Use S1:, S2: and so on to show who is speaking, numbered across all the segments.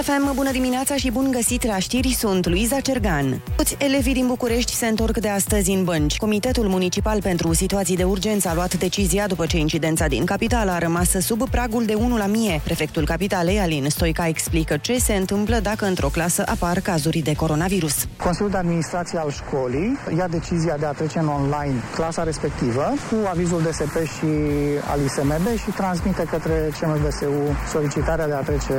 S1: FM, bună dimineața și bun găsit la știri, sunt Luiza Cergan. Toți elevii din București se întorc de astăzi în bănci. Comitetul Municipal pentru Situații de Urgență a luat decizia după ce incidența din capitală a rămas sub pragul de 1 la 1000. Prefectul capitalei, Alin Stoica, explică ce se întâmplă dacă într-o clasă apar cazuri de coronavirus.
S2: Consiliul de Administrație al școlii ia decizia de a trece în online clasa respectivă cu avizul DSP și al ISMB și transmite către CMVSU solicitarea de a trece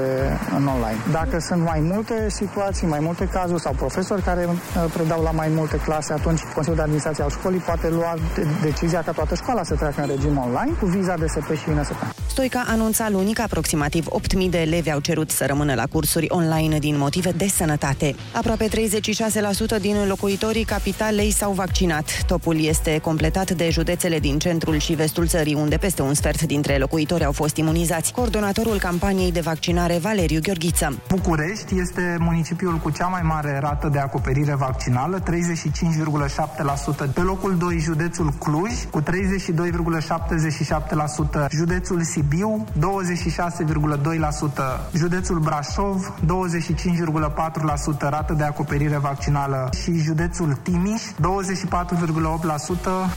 S2: în online. Dacă sunt mai multe situații, mai multe cazuri sau profesori care uh, predau la mai multe clase, atunci Consiliul de Administrație al școlii poate lua decizia ca toată școala să treacă în regim online cu viza DSP și INSP.
S1: Stoica anunța luni că aproximativ 8.000 de elevi au cerut să rămână la cursuri online din motive de sănătate. Aproape 36% din locuitorii capitalei s-au vaccinat. Topul este completat de județele din centrul și vestul țării, unde peste un sfert dintre locuitori au fost imunizați. Coordonatorul campaniei de vaccinare, Valeriu Gheorghiță.
S3: București este municipiul cu cea mai mare rată de acoperire vaccinală, 35,7%. Pe locul 2, județul Cluj, cu 32,77%. Județul Sibiu, 26,2%. Județul Brașov, 25,4% rată de acoperire vaccinală. Și județul Timiș, 24,8%.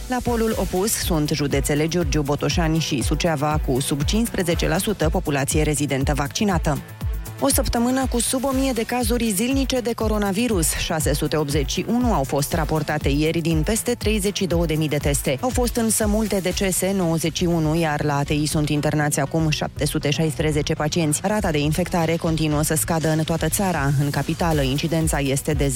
S1: La polul opus sunt județele Giurgiu, Botoșani și Suceava, cu sub 15% populație rezidentă vaccinată. O săptămână cu sub 1000 de cazuri zilnice de coronavirus. 681 au fost raportate ieri din peste 32.000 de teste. Au fost însă multe decese, 91, iar la ATI sunt internați acum 716 pacienți. Rata de infectare continuă să scadă în toată țara. În capitală, incidența este de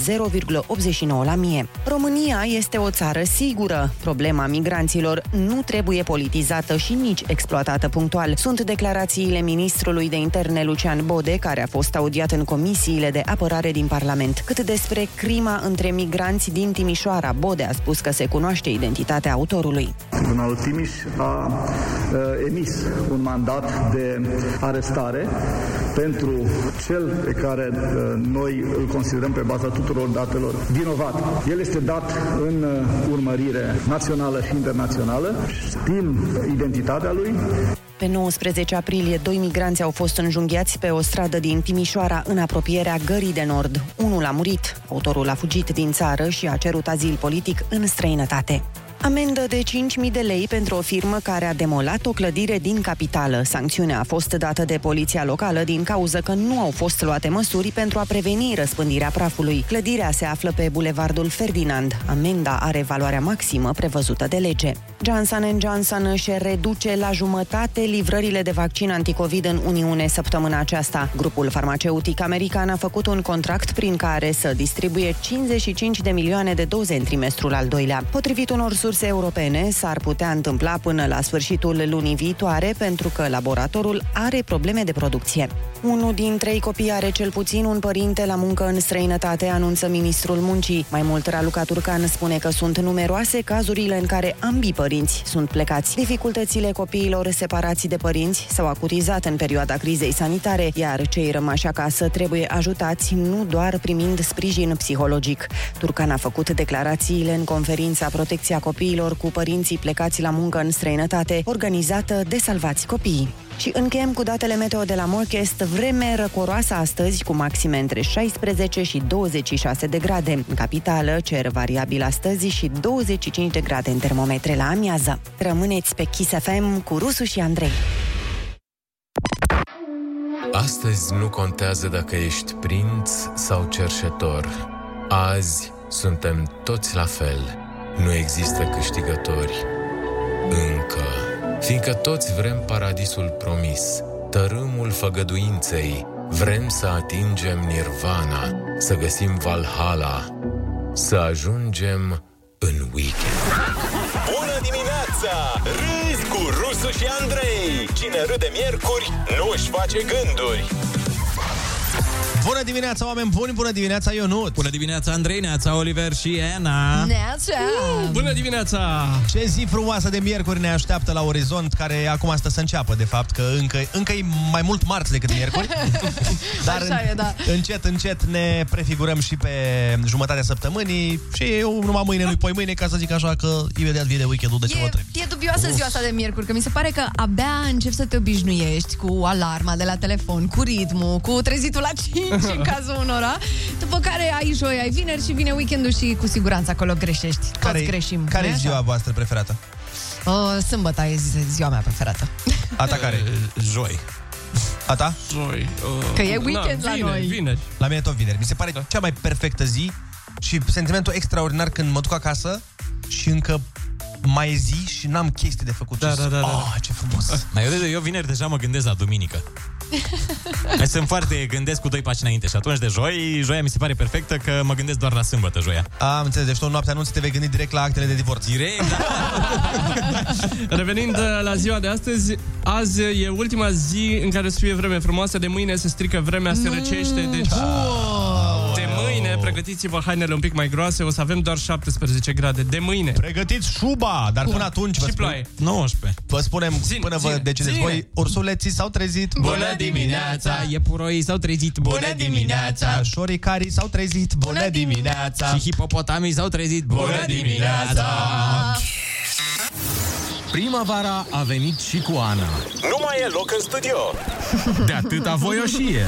S1: 0,89 la mie. România este o țară sigură. Problema migranților nu trebuie politizată și nici exploatată punctual. Sunt declarațiile ministrului de interne Lucian Bode, care care a fost audiat în comisiile de apărare din Parlament. Cât despre crima între migranți din Timișoara, Bode a spus că se cunoaște identitatea autorului.
S4: Tribunalul Timiș a, a emis un mandat de arestare pentru cel pe care a, noi îl considerăm pe baza tuturor datelor vinovat. El este dat în uh, urmărire națională și internațională. Știm identitatea lui.
S1: Pe 19 aprilie, doi migranți au fost înjunghiați pe o stradă din Timișoara, în apropierea Gării de Nord. Unul a murit, autorul a fugit din țară și a cerut azil politic în străinătate. Amendă de 5.000 de lei pentru o firmă care a demolat o clădire din capitală. Sancțiunea a fost dată de poliția locală din cauză că nu au fost luate măsuri pentru a preveni răspândirea prafului. Clădirea se află pe bulevardul Ferdinand. Amenda are valoarea maximă prevăzută de lege. Johnson Johnson își reduce la jumătate livrările de vaccin anticovid în Uniune săptămâna aceasta. Grupul farmaceutic american a făcut un contract prin care să distribuie 55 de milioane de doze în trimestrul al doilea. Potrivit unor surse europene, s-ar putea întâmpla până la sfârșitul lunii viitoare pentru că laboratorul are probleme de producție. Unul din trei copii are cel puțin un părinte la muncă în străinătate, anunță ministrul muncii. Mai mult, Raluca Turcan spune că sunt numeroase cazurile în care ambii părinți sunt plecați. Dificultățile copiilor separați de părinți s-au acutizat în perioada crizei sanitare, iar cei rămași acasă trebuie ajutați nu doar primind sprijin psihologic. Turcan a făcut declarațiile în conferința Protecția copiilor cu părinții plecați la muncă în străinătate, organizată de Salvați Copiii. Și încheiem cu datele meteo de la Morchest, vreme răcoroasă astăzi cu maxime între 16 și 26 de grade. În capitală, cer variabil astăzi și 25 de grade în termometre la amiază. Rămâneți pe Kiss FM cu Rusu și Andrei.
S5: Astăzi nu contează dacă ești prinț sau cerșetor. Azi suntem toți la fel. Nu există câștigători. Încă. Fiindcă toți vrem paradisul promis, tărâmul făgăduinței, vrem să atingem nirvana, să găsim Valhalla, să ajungem în weekend.
S6: Bună dimineața! Râzi cu Rusu și Andrei! Cine râde miercuri, nu-și face gânduri!
S7: Bună dimineața, oameni buni! Bună dimineața, Ionut!
S8: Bună dimineața, Andrei, Neața, Oliver și Ana!
S9: Neața!
S8: Bună dimineața!
S7: Ce zi frumoasă de miercuri ne așteaptă la orizont, care acum asta să înceapă, de fapt, că încă, încă e mai mult marți decât miercuri. Dar
S9: Așa e, da.
S7: încet, încet ne prefigurăm și pe jumătatea săptămânii și eu numai mâine, nu poi mâine, ca să zic așa că imediat vine weekendul de ce vă trebuie.
S9: E, e dubioasă ziua asta de miercuri, că mi se pare că abia începi să te obișnuiești cu alarma de la telefon, cu ritmul, cu trezitul la 5 în cazul unora, după care ai joi, ai vineri și vine weekendul și cu siguranță acolo greșești. Toți
S7: Care,
S9: greșim.
S7: care e
S9: nu-i
S7: ziua voastră preferată?
S9: așa? O, sâmbătă e zi- ziua mea preferată.
S7: A ta care?
S8: Joi.
S7: A ta?
S8: Joi. Uh,
S9: Că e weekend la
S8: vineri,
S9: noi.
S8: Vineri. Da.
S7: La mine tot vineri. Mi se pare cea mai perfectă zi și sentimentul extraordinar când mă duc acasă și încă mai e zi și n-am chestii de făcut.
S8: Da,
S7: Și
S8: da,
S7: zic,
S8: da, da.
S7: "Ah, ce frumos!
S8: Mai eu, eu vineri deja mă gândesc la duminică. Mai sunt foarte gândesc cu doi pași înainte și atunci de joi, joia mi se pare perfectă că mă gândesc doar la sâmbătă joia.
S7: Am înțeles, deci tu în noaptea nu ți te vei gândi direct la actele de divorț.
S8: Direct, da.
S10: Revenind uh, la ziua de astăzi, azi e ultima zi în care se fie vreme frumoasă, de mâine se strică vremea, se răcește,
S7: Mm.
S10: deci... De mâine, pregătiți-vă hainele un pic mai groase, o să avem doar 17 grade. De mâine.
S7: Pregătiți șuba, dar până atunci vă,
S10: Și
S7: spun,
S10: ploaie.
S8: 19.
S7: vă spunem
S10: Zine,
S7: până vă
S10: zine,
S7: decideți
S10: zine.
S7: voi, ursuleții s-au trezit.
S10: Bună dimineața!
S8: Iepuroi s-au trezit. Bună dimineața!
S7: Șoricarii s-au trezit. Bună dimineața!
S8: Și hipopotamii s-au trezit. Bună Primăvara a venit și cu Ana.
S6: Nu mai e loc în studio.
S8: De atâta voioșie.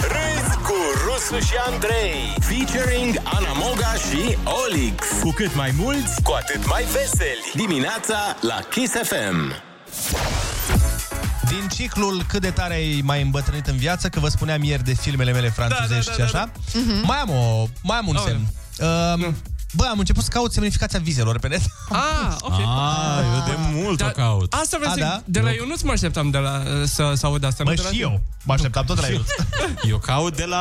S6: Râzi cu Rusu și Andrei. Featuring Ana Moga și Olix.
S8: Cu cât mai mulți,
S6: Cu atât mai veseli. Dimineața la Kiss FM.
S7: Din ciclul cât de tare ai mai îmbătrânit în viață, că vă spuneam ieri de filmele mele franțuzești
S10: da,
S7: și
S10: da,
S7: așa, Mhm. mai am, o, mai am un semn. Uh, Bă, am început să caut semnificația vizelor pe net.
S10: Ah, ok. Da.
S8: A, eu de mult o caut.
S10: Asta vreau
S7: A,
S10: să
S7: da?
S10: De la Ionuț mă așteptam de la, să, să aud asta. nu
S7: Mă,
S10: de la
S7: și
S10: tine.
S7: eu. Mă așteptam tot la el.
S8: Eu caut de la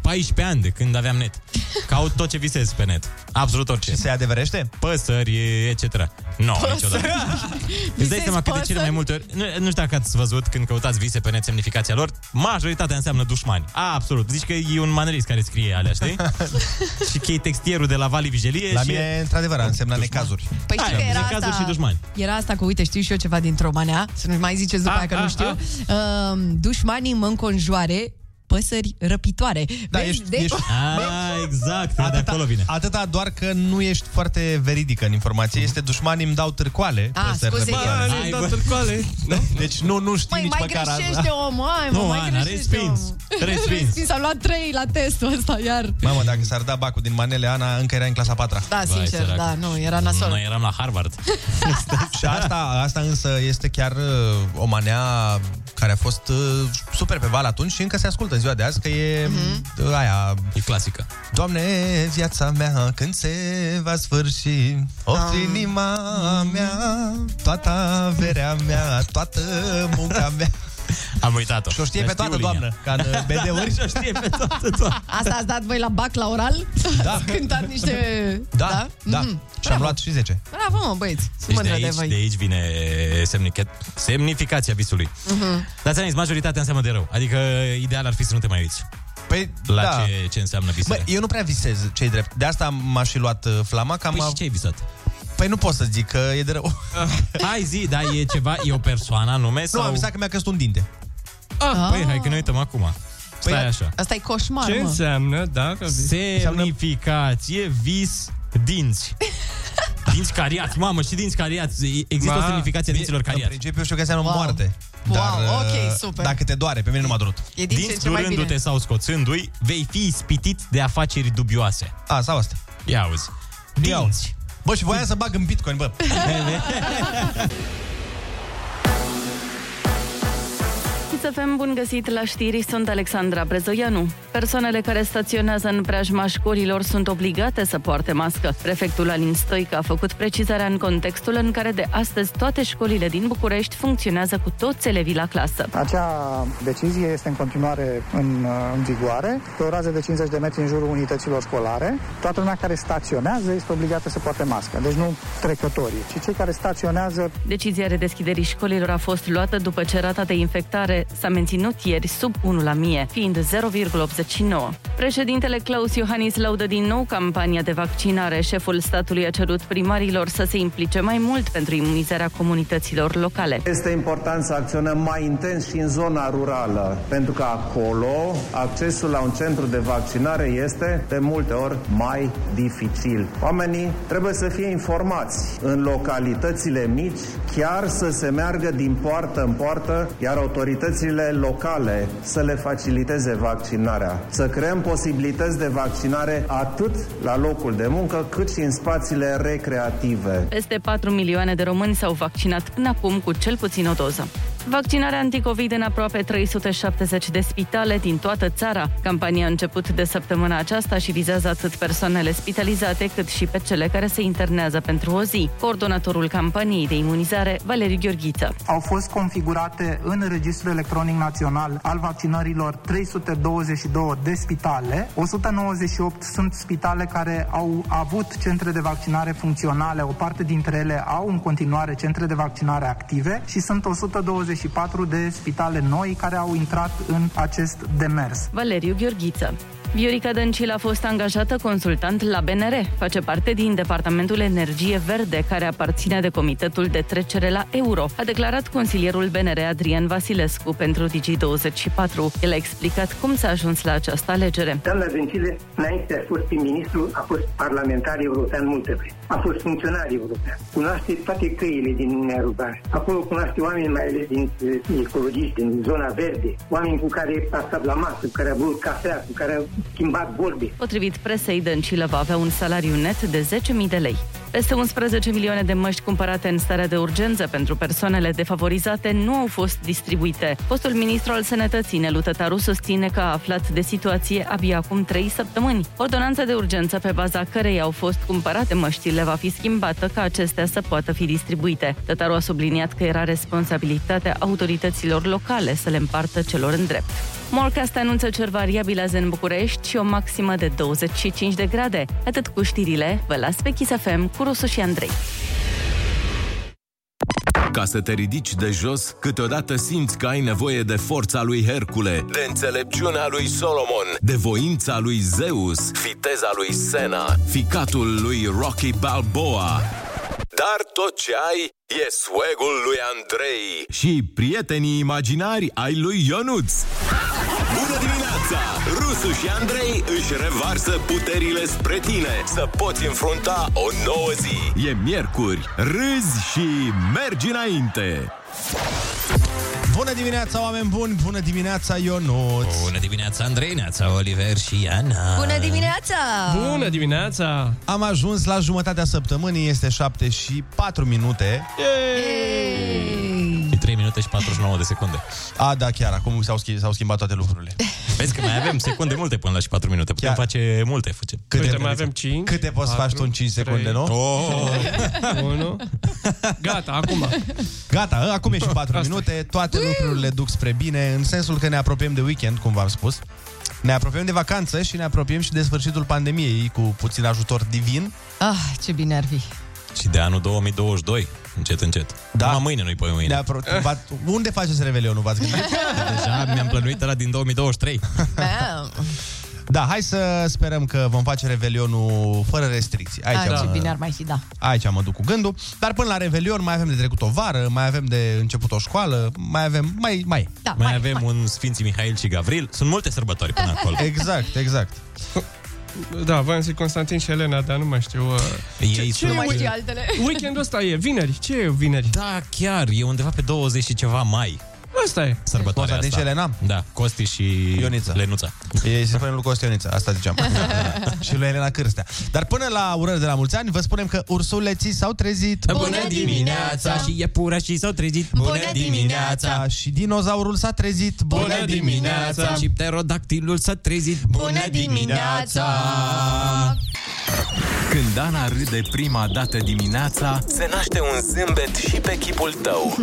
S8: 14 ani, de când aveam net. Caut tot ce visez pe net. Absolut orice.
S7: Se adeverește?
S8: Păsări, etc. Nu, no, niciodată. Îți dai
S9: Visezi
S8: seama că de cele
S9: păsări?
S8: mai multe ori... Nu, nu știu dacă ați văzut când căutați vise pe net semnificația lor, majoritatea înseamnă dușmani. Absolut. Zici că e un manerist care scrie alea, știi? și că e textierul de la Vali Vigelie
S7: La
S8: și...
S7: mine, într-adevăr, a însemnat necazuri.
S9: Păi știi
S8: Hai,
S9: că era
S8: jacazuri
S9: asta,
S8: și dușmani.
S9: Era asta cu, uite, știu și eu ceva dintr-o manea, să nu mai ziceți după
S10: Ah,
S9: aia că nu
S10: ah,
S9: știu. Uh, dușmanii mă înconjoare, păsări răpitoare.
S7: Da,
S9: Vezi?
S7: ești,
S9: Deci-
S7: ești
S8: Ah, exact, de acolo vine.
S7: Atâta doar că nu ești foarte veridică în informație. Este dușmanii îmi dau târcoale.
S9: Ah,
S7: peste
S9: scuze,
S7: răbdare.
S10: Bă,
S8: Ai,
S10: ne-ai dat
S8: bă.
S10: târcoale. Nu?
S7: Deci nu, nu știi
S9: Măi,
S7: nici
S9: mai
S7: măcar
S9: greșește
S7: asta.
S9: omul, ai, mă,
S8: Nu,
S9: mai
S8: Ana,
S9: greșește
S8: respins.
S9: omul.
S8: Respins.
S9: Respins, am luat 3 la testul ăsta iar.
S7: Mamă, dacă s-ar da bacul din manele, Ana încă era în clasa 4
S9: Da,
S8: Vai,
S9: sincer,
S8: sărac.
S9: da, nu, era nasol.
S8: Noi eram la Harvard.
S7: Și asta, asta însă este chiar uh, o manea care a fost uh, super pe val atunci și încă se ascultă în ziua de azi, că e
S9: Mhm.
S7: uh, aia...
S8: E clasică.
S7: Doamne, viața mea, când se va sfârși,
S9: Da.
S7: oft inima mea, toată averea mea, toată munca mea.
S8: Am uitat-o.
S7: Și o știe
S8: Dar
S7: pe
S8: știu
S7: toată,
S8: linia. Da,
S7: doamnă, ca în uh, BD-uri.
S8: Și o știe pe toată, doamnă.
S9: Asta ați dat voi la bac la oral? Da. Ați cântat niște...
S7: Da, da. da.
S9: Mhm.
S7: Și am luat și 10.
S9: Bravo, mă, băieți. Sunt
S8: Deci de
S9: mândră de
S8: aici, de,
S9: voi.
S8: aici vine semnifica- semnificația visului.
S9: Mhm.
S8: Uh-huh. Dar ți-am zis, majoritatea înseamnă de rău. Adică ideal ar fi să nu te mai uiți
S7: Păi,
S8: la
S7: da.
S8: da. ce, ce înseamnă
S7: Bă,
S8: visele. Bă,
S7: eu nu prea visez, cei drept. De asta m-a și luat uh, flama, că am...
S8: Păi
S7: av-
S8: și ce ai visat?
S7: Păi nu pot să zic că e de rău.
S8: Hai zi, da, e ceva, e o persoană anume
S7: Nu,
S8: sau...
S7: am visat că mi-a căzut un dinte.
S10: Ah,
S8: Păi, hai că ne uităm acum. Păi, Stai așa.
S9: Asta e coșmar,
S10: ce
S9: mă.
S10: înseamnă, da? Că
S8: Semnificație, vis, dinți. Dinți cariați, mamă, și dinți cariați. Există
S10: Ma,
S8: o semnificație a dinților
S7: În
S8: cariați.
S7: principiu știu că înseamnă
S9: Wow.
S7: moarte.
S9: Wow,
S7: uh,
S9: ok, super.
S7: Dacă te doare, pe mine nu m-a durut.
S9: E din ce în
S8: Dinți
S9: ce mai bine.
S8: durându-te sau scoțându-i, vei fi ispitit de afaceri dubioase.
S7: A, sau asta.
S8: Ia auzi. Dinți.
S7: Bă, și voiam să bag în Bitcoin, bă.
S11: Să fim bun găsit la știri, sunt Alexandra Brezoianu. Persoanele care staționează în preajma școlilor sunt obligate să poarte mască. Prefectul Alin Stoica a făcut precizarea în contextul în care de astăzi toate școlile din București funcționează cu toți elevii la clasă.
S2: Acea decizie este în continuare în, uh, în vigoare, pe o rază de 50 de metri în jurul unităților școlare. Toată lumea care staționează este obligată să poarte mască, deci nu trecătorii, ci cei care staționează
S11: Decizia redeschiderii școlilor a fost luată după ce rata de infectare s-a menținut ieri sub 1 la mie, fiind 0,89. Președintele Claus Iohannis laudă din nou campania de vaccinare. Șeful statului a cerut primarilor să se implice mai mult pentru imunizarea comunităților locale.
S12: Este important să acționăm mai intens și în zona rurală, pentru că acolo accesul la un centru de vaccinare este de multe ori mai dificil. Oamenii trebuie să fie informați în localitățile mici, chiar să se meargă din poartă în poartă, iar autoritățile locale să le faciliteze vaccinarea. Să creăm posibilități de vaccinare atât la locul de muncă, cât și în spațiile recreative.
S11: Peste 4 milioane de români s-au vaccinat până acum cu cel puțin o doză. Vaccinarea anticovid în aproape 370 de spitale din toată țara. Campania a început de săptămâna aceasta și vizează atât persoanele spitalizate cât și pe cele care se internează pentru o zi. Coordonatorul campaniei de imunizare, Valeriu Gheorghiță.
S3: Au fost configurate în Registrul Electronic Național al vaccinărilor 322 de spitale. 198 sunt spitale care au avut centre de vaccinare funcționale, o parte dintre ele au în continuare centre de vaccinare active și sunt 124 de spitale noi care au intrat în acest demers.
S11: Valeriu Gheorghiță. Viorica Dăncil a fost angajată consultant la BNR. Face parte din Departamentul Energie Verde, care aparține de Comitetul de Trecere la Euro, a declarat consilierul BNR Adrian Vasilescu pentru Digi24. El a explicat cum s-a ajuns la această alegere.
S13: Doamna Dăncilă, înainte a fost prim-ministru, a fost parlamentar european multă vreme. A fost funcționar european. Cunoaște toate căile din Uniunea Europeană. Acolo cunoaște oameni mai ales din eh, ecologiști, din zona verde, oameni cu care a stat la masă, cu care a băut cafea, cu care a schimbat vorbe.
S11: Potrivit presei, Dăncilă va avea un salariu net de 10.000 de lei. Peste 11 milioane de măști cumpărate în stare de urgență pentru persoanele defavorizate nu au fost distribuite. Postul ministru al Sănătății, Nelu Tătaru, susține că a aflat de situație abia acum 3 săptămâni. Ordonanța de urgență pe baza cărei au fost cumpărate măștile va fi schimbată ca acestea să poată fi distribuite. Tătaru a subliniat că era responsabilitatea autorităților locale să le împartă celor în drept. Morcast anunță cer variabil azi în București și o maximă de 25 de grade. Atât cu știrile, vă las pe Kiss FM cu Rusu și Andrei.
S6: Ca să te ridici de jos, câteodată simți că ai nevoie de forța lui Hercule, de înțelepciunea lui Solomon, de voința lui Zeus, viteza lui Sena, ficatul lui Rocky Balboa. Dar tot ce ai e swag-ul lui Andrei și prietenii imaginari ai lui Ionuț. Bună dimineața! Rusu și Andrei își revarsă puterile spre tine să poți înfrunta o nouă zi. E miercuri, râzi și mergi înainte.
S7: Bună dimineața, oameni buni! Bună dimineața, Ionuț!
S8: Bună dimineața, Andrei, neața, Oliver și Ana.
S9: Bună dimineața!
S10: dimineața!
S7: Am ajuns la jumătatea săptămânii, este 7 și 4 minute.
S8: Și 3 minute și 49 de secunde.
S7: A, da, chiar, acum s-au, schi- s-au schimbat toate lucrurile.
S8: Vezi că mai avem secunde multe până la și 4 minute. Putem
S7: Chiar.
S8: face multe. Facem.
S7: Câte, Uite, mai avem
S10: 5,
S7: Câte poți
S8: patru,
S7: face tu în 5 secunde,
S8: trei,
S7: nu?
S8: Oh.
S10: Unu. Gata, acum.
S7: Gata, ă, acum e și 4 minute, toate lucrurile duc spre bine, în sensul că ne apropiem de weekend, cum v-am spus. Ne apropiem de vacanță și ne apropiem și de sfârșitul pandemiei cu puțin ajutor divin.
S9: Ah, ce bine ar fi.
S8: Și de anul 2022, încet, încet. Da. Numai mâine, nu-i pe mâine.
S7: Ne apro- va- unde faceți revelionul, v-ați gândit?
S8: Deja mi-am plănuit ăla din 2023.
S7: Da, hai să sperăm că vom face revelionul fără restricții. Aici,
S9: Aici,
S7: am-
S9: Ah, ce bine ar mai fi, da.
S7: aici mă duc cu gândul. Dar până la revelion mai avem de trecut o vară, mai avem de început o școală, mai avem... Mai, mai.
S9: Da,
S8: mai, mai avem mai. un Sfinții Mihail și Gavril. Sunt multe sărbători până acolo.
S7: Exact, exact.
S10: Da, voiam să Constantin și Elena, dar nu mai știu. uh,
S8: Ei
S10: ce
S8: sunt-
S10: e week-
S9: altele.
S10: Weekendul ăsta e, vineri. Ce e vineri?
S8: Da, chiar, e undeva pe 20 și ceva mai
S10: Asta e.
S8: sărbătoarea
S7: Constantin
S8: asta.
S7: și Elena?
S8: Da, Costi și
S7: Ioniță.
S8: Lenuța.
S7: Ei se spune lui Costioniță, asta ziceam. și lui Elena Cârstea. Dar până la urări de la mulți ani, vă spunem că ursuleții s-au trezit.
S9: Bună dimineața!
S8: Și iepura și s-au trezit
S9: Bună dimineața!
S7: Și dinozaurul s-a trezit.
S9: Bună dimineața!
S8: Și pterodactilul s-a trezit
S9: Bună dimineața!
S6: Când Ana râde prima dată dimineața, se naște un zâmbet și pe chipul tău.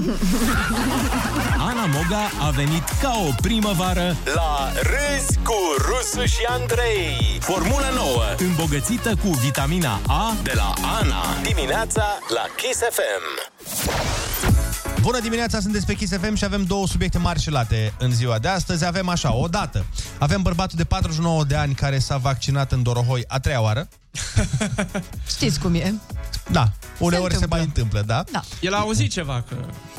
S8: Ana Moga a venit ca o primăvară
S6: La Râzi cu Rusu și Andrei. Formula nouă
S8: îmbogățită cu vitamina A
S6: de la Ana. Dimineața la Kiss FM.
S7: Bună dimineața, sunteți pe Kiss FM și avem două subiecte mari și late în ziua de astăzi. Avem așa, o dată. Avem bărbatul de 49 de ani care s-a vaccinat în Dorohoi a treia oară.
S9: Știți cum e.
S7: Da, uneori se, se mai întâmplă, da?
S9: Da.
S10: El a auzit ceva că...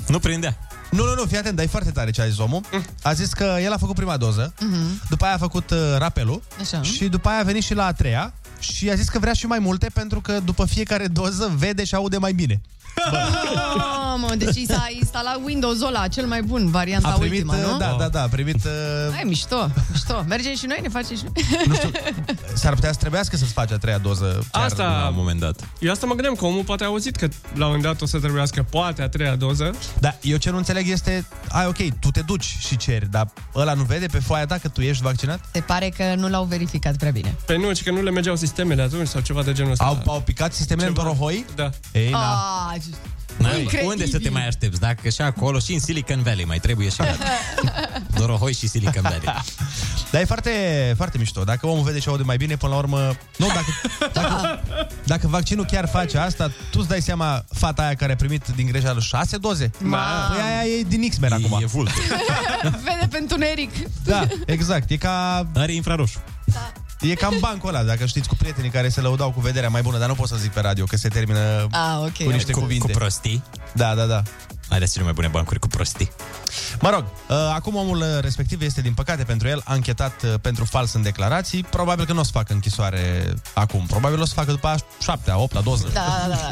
S8: Nu prindea.
S7: Nu, nu, nu, fii atent, dar e foarte tare ce a zis omul.
S10: Mm.
S7: A zis că el a făcut prima doză,
S14: Mm-hmm.
S9: Mhm.
S7: după aia a făcut uh, rapelul
S9: Așa.
S7: și după aia a venit și la a treia și a zis că vrea și mai multe pentru că după fiecare doză vede și aude mai bine.
S9: Mamă, deci i s-a instalat Windows-ul ăla, cel mai bun, varianta
S7: A primit,
S9: ultima,
S7: uh,
S9: nu?
S7: da, da, da, a primit... uh,
S9: Ai, mișto, mișto. Mergem și noi, ne facem și noi.
S7: S-ar putea să trebuiască să-ți faci a treia doză chiar da,
S10: Asta-
S7: la un
S8: moment dat.
S10: Eu asta mă gândeam că omul poate a auzit că la un moment dat o să trebuiască poate a treia doză.
S7: Da, eu ce nu înțeleg este, ai ok, tu te duci și ceri, dar ăla nu vede pe foaia ta că tu ești vaccinat?
S9: Se pare că nu l-au verificat prea bine.
S10: Pe nu, ci că nu le mergeau sistemele atunci sau ceva de genul ăsta. Au,
S7: au picat sistemele în Dorohoi?
S10: Da.
S7: Ei,
S9: Ah,
S8: N-ai,
S9: Incredibil.
S8: unde să te mai aștepți? Dacă și acolo și în Silicon Valley mai trebuie și gata. Dorohoi și Silicon Valley.
S7: Dar e foarte, foarte mișto. Dacă omul vede și aude mai bine, până la urmă... Nu, dacă, dacă, dacă vaccinul chiar face asta, tu îți dai seama fata aia care a primit din greșeală șase doze?
S9: Mamă.
S7: Păi aia e din X-Men acum. E
S8: vult.
S9: Vede pe întuneric.
S7: Da, exact. E ca... Da.
S8: Are infraroșu.
S7: E cam bancul ăla, dacă știți, cu prietenii care se lăudau cu vederea mai bună, dar nu pot să zic pe radio, că se termină
S9: Ah, ok.
S7: cu niște
S8: cu,
S7: cuvinte.
S8: cu prostii.
S7: Da, da, da.
S8: Are cele mai bune bancuri cu prostii.
S7: Mă rog, uh, acum omul uh, respectiv este, din păcate pentru el, anchetat uh, pentru fals în declarații. Probabil că nu o să facă închisoare acum. Probabil o să facă după a șaptea, opta doză.
S9: Da, da, da.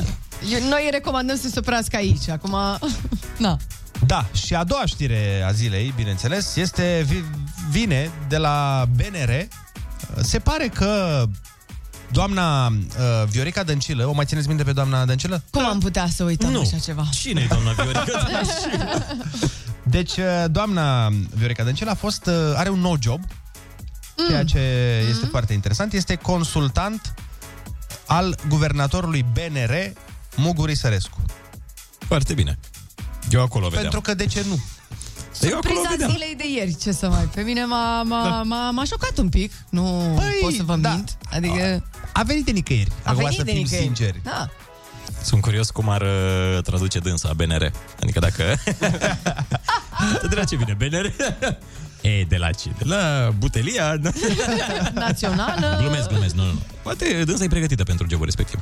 S9: Eu, noi recomandăm să se oprească aici. Acum, na.
S7: Da, și a doua știre a zilei, bineînțeles, este vi- vine de la BNR. Se pare că doamna uh, Viorica Dăncilă, o mai țineți minte pe doamna Dăncilă?
S9: Cum am putea să uităm
S7: Nu.
S9: așa ceva?
S8: cine e doamna Viorica?
S7: Deci, uh, doamna Viorica Dăncilă a fost, uh, are un nou job, mm. ceea ce mm. este foarte interesant. Este consultant al guvernatorului BNR, Muguri Sărescu.
S8: Foarte bine. Eu acolo vedeam.
S7: Pentru că de ce nu?
S9: Priza zilei de ieri, ce să mai... Pe mine m-a,
S8: Da.
S9: m-a, m-a, m-a șocat un pic. Nu
S7: Păi,
S9: pot să vă mint. Adică...
S7: A venit de nicăieri.
S9: A
S8: Acum
S9: venit
S8: să
S9: de
S8: fim
S9: nicăieri.
S8: sinceri.
S9: Da.
S8: Sunt curios cum ar uh, traduce dânsa BNR. Adică dacă... de la ce vine BNR? Ei, de la ce? De la butelia?
S9: Națională.
S8: Glumesc, glumesc, nu, nu, nu. Poate dânsa e pregătită pentru jobul respectiv.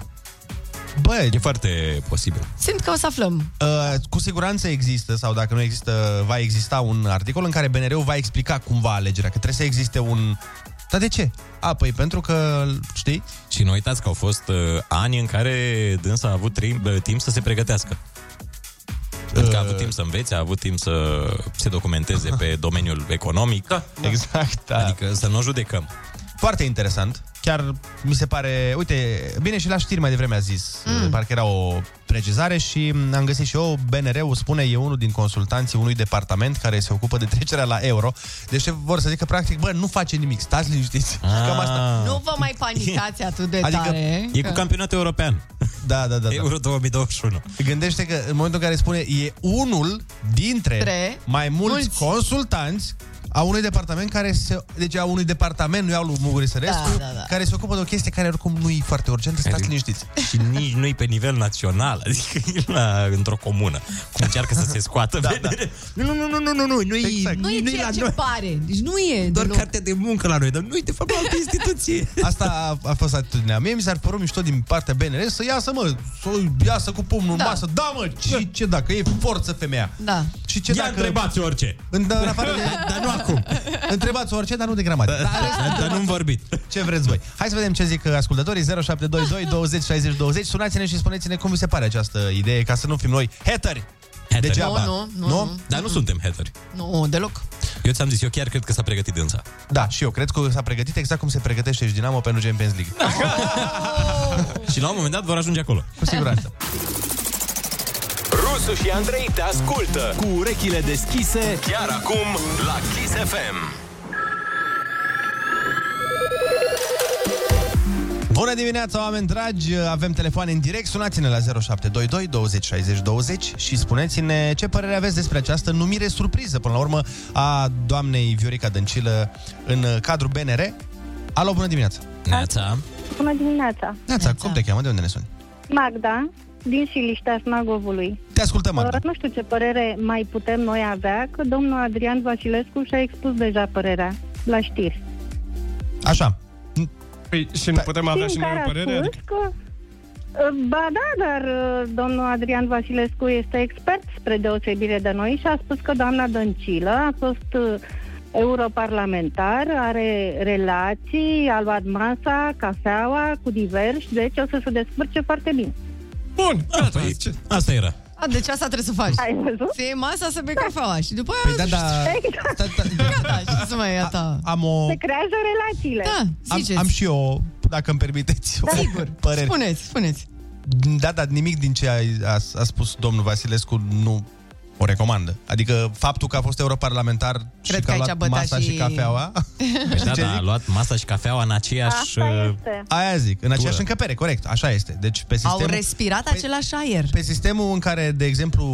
S7: Băi,
S8: e foarte posibil.
S9: Simt că o să aflăm.
S7: Uh, cu siguranță există, sau dacă nu există, va exista un articol în care BNR-ul va explica cum va alegerea, că trebuie să existe un... Dar de ce? A, păi pentru că, știi?
S8: Și nu uitați că au fost uh, ani în care dânsa a avut trim, uh, timp să se pregătească. Pentru că a avut timp să învețe, a avut timp să se documenteze pe domeniul economic. Da,
S7: da. Exact. Da.
S8: Adică să nu o judecăm.
S7: Foarte interesant. Chiar mi se pare... Uite, bine și la știri mai devreme a zis. Mm. Parcă era o precizare și am găsit și eu, BNR-ul spune, e unul din consultanții unui departament care se ocupă de trecerea la euro. Deci ce vor să zică, practic, bă, nu face nimic, stați liniștiți. Cam asta.
S9: Nu vă mai panicați atât de tare.
S8: Adică E cu campionatul european.
S7: Da, da, da.
S8: Euro 2021.
S7: Gândește că în momentul în care spune e unul dintre
S9: Tre-
S7: mai mulți,
S9: mulți.
S7: consultanți a unui departament care se... Deci a unui departament, nu iau lui Muguri Sărescu,
S9: Da, da, da.
S7: care se ocupă de o chestie care oricum nu e foarte urgentă, stați
S8: Adică
S7: liniștiți.
S8: Și nici nu-i pe nivel național, adică e la, într-o comună. Cum încearcă să se scoată. da, da. Nu, nu, nu, nu, nu, nu, nu, exact.
S9: Nu e
S8: nu-i
S9: ceea
S8: la
S9: ce
S8: noi.
S9: pare. Deci nu e
S8: Doar
S9: deloc.
S8: cartea de muncă la noi, dar nu-i de fapt la altă instituție.
S7: Asta a, a fost atitudinea. Mie mi s-ar părut mișto din partea BNR să iasă, mă, să iasă cu pumnul
S9: Da.
S7: în masă. Da, mă, ce, ce dacă e forță femeia.
S9: Da.
S7: Și ce
S8: Ia
S7: dacă...
S8: întrebați orice.
S7: În, în afară de...
S8: Dar nu acum.
S7: Întrebați orice, dar nu de gramatică. Dar,
S8: Dar nu-mi vorbit.
S7: Ce vreți voi? Hai să vedem ce zic ascultătorii 0722 20 60 20 Sunați-ne și spuneți-ne cum vi se pare această idee Ca să nu fim noi hateri
S8: Hateri.
S7: Degeaba
S9: Nu, nu, nu, nu.
S8: Dar nu suntem hateri.
S9: Nu, deloc.
S8: Eu ți-am zis, eu chiar cred că s-a pregătit dânsa.
S7: Da, și eu cred că s-a pregătit exact cum se pregătește și Dinamo pentru Champions League
S8: Și la un moment dat vor ajunge acolo.
S7: Cu siguranță
S6: Rusu și Andrei te ascultă cu urechile deschise chiar acum la Kiss FM.
S7: Bună dimineața, oameni dragi! Avem telefoane în direct, sunați-ne la 0722 20 60 20 și spuneți-ne ce părere aveți despre această numire surpriză, până la urmă, a doamnei Viorica Dăncilă în cadrul BNR. Alo, bună dimineața!
S8: Neața.
S15: Bună dimineața!
S7: Neața, cum te cheamă? De unde ne suni?
S15: Magda, din Siliștea Snagovului.
S7: Te ascultăm,
S15: Magda. Nu știu ce părere mai putem noi avea, că domnul Adrian Vasilescu și-a expus deja părerea la știri.
S7: Așa.
S10: Păi și nu putem avea și
S15: Știm
S10: noi
S15: care
S10: o
S15: a
S10: părere? Adică-
S15: spus că... Ba da, dar uh, domnul Adrian Vasilescu este expert spre deosebire de noi și a spus că doamna Dăncilă a fost uh, europarlamentar, are relații, a luat masa, cafeaua cu diversi, deci o să se descurce foarte bine.
S10: Bun,
S7: Păi,
S8: asta, asta era.
S9: A, deci asta trebuie să faci.
S15: Ai văzut? Exact.
S9: Să iei masa, să bei cafeaua și după
S7: Păi
S9: aia...
S7: da, da,
S9: Gata, și să mai e a ta.
S7: am o...
S15: Se creează relațiile.
S9: Da,
S7: Am,
S9: ziceți.
S7: am și eu, dacă îmi permiteți, o
S9: Sigur.
S7: părere.
S9: Spuneți, spuneți.
S7: Da, da, nimic din ce a, a, a spus domnul Vasilescu nu o recomandă. Adică faptul că a fost europarlamentar
S9: Cred
S7: și
S9: că
S7: că a
S9: aici
S7: luat
S9: a bătat
S7: masa și,
S9: și-
S7: cafeaua,
S8: Păi da, da, a luat masa și cafeaua în aceeași... uh,
S7: aia zic, în aceeași
S8: Dură.
S7: încăpere, corect, așa este. Deci pe
S9: Au
S7: sistemul,
S9: respirat același aer.
S7: pe sistemul în care, de exemplu,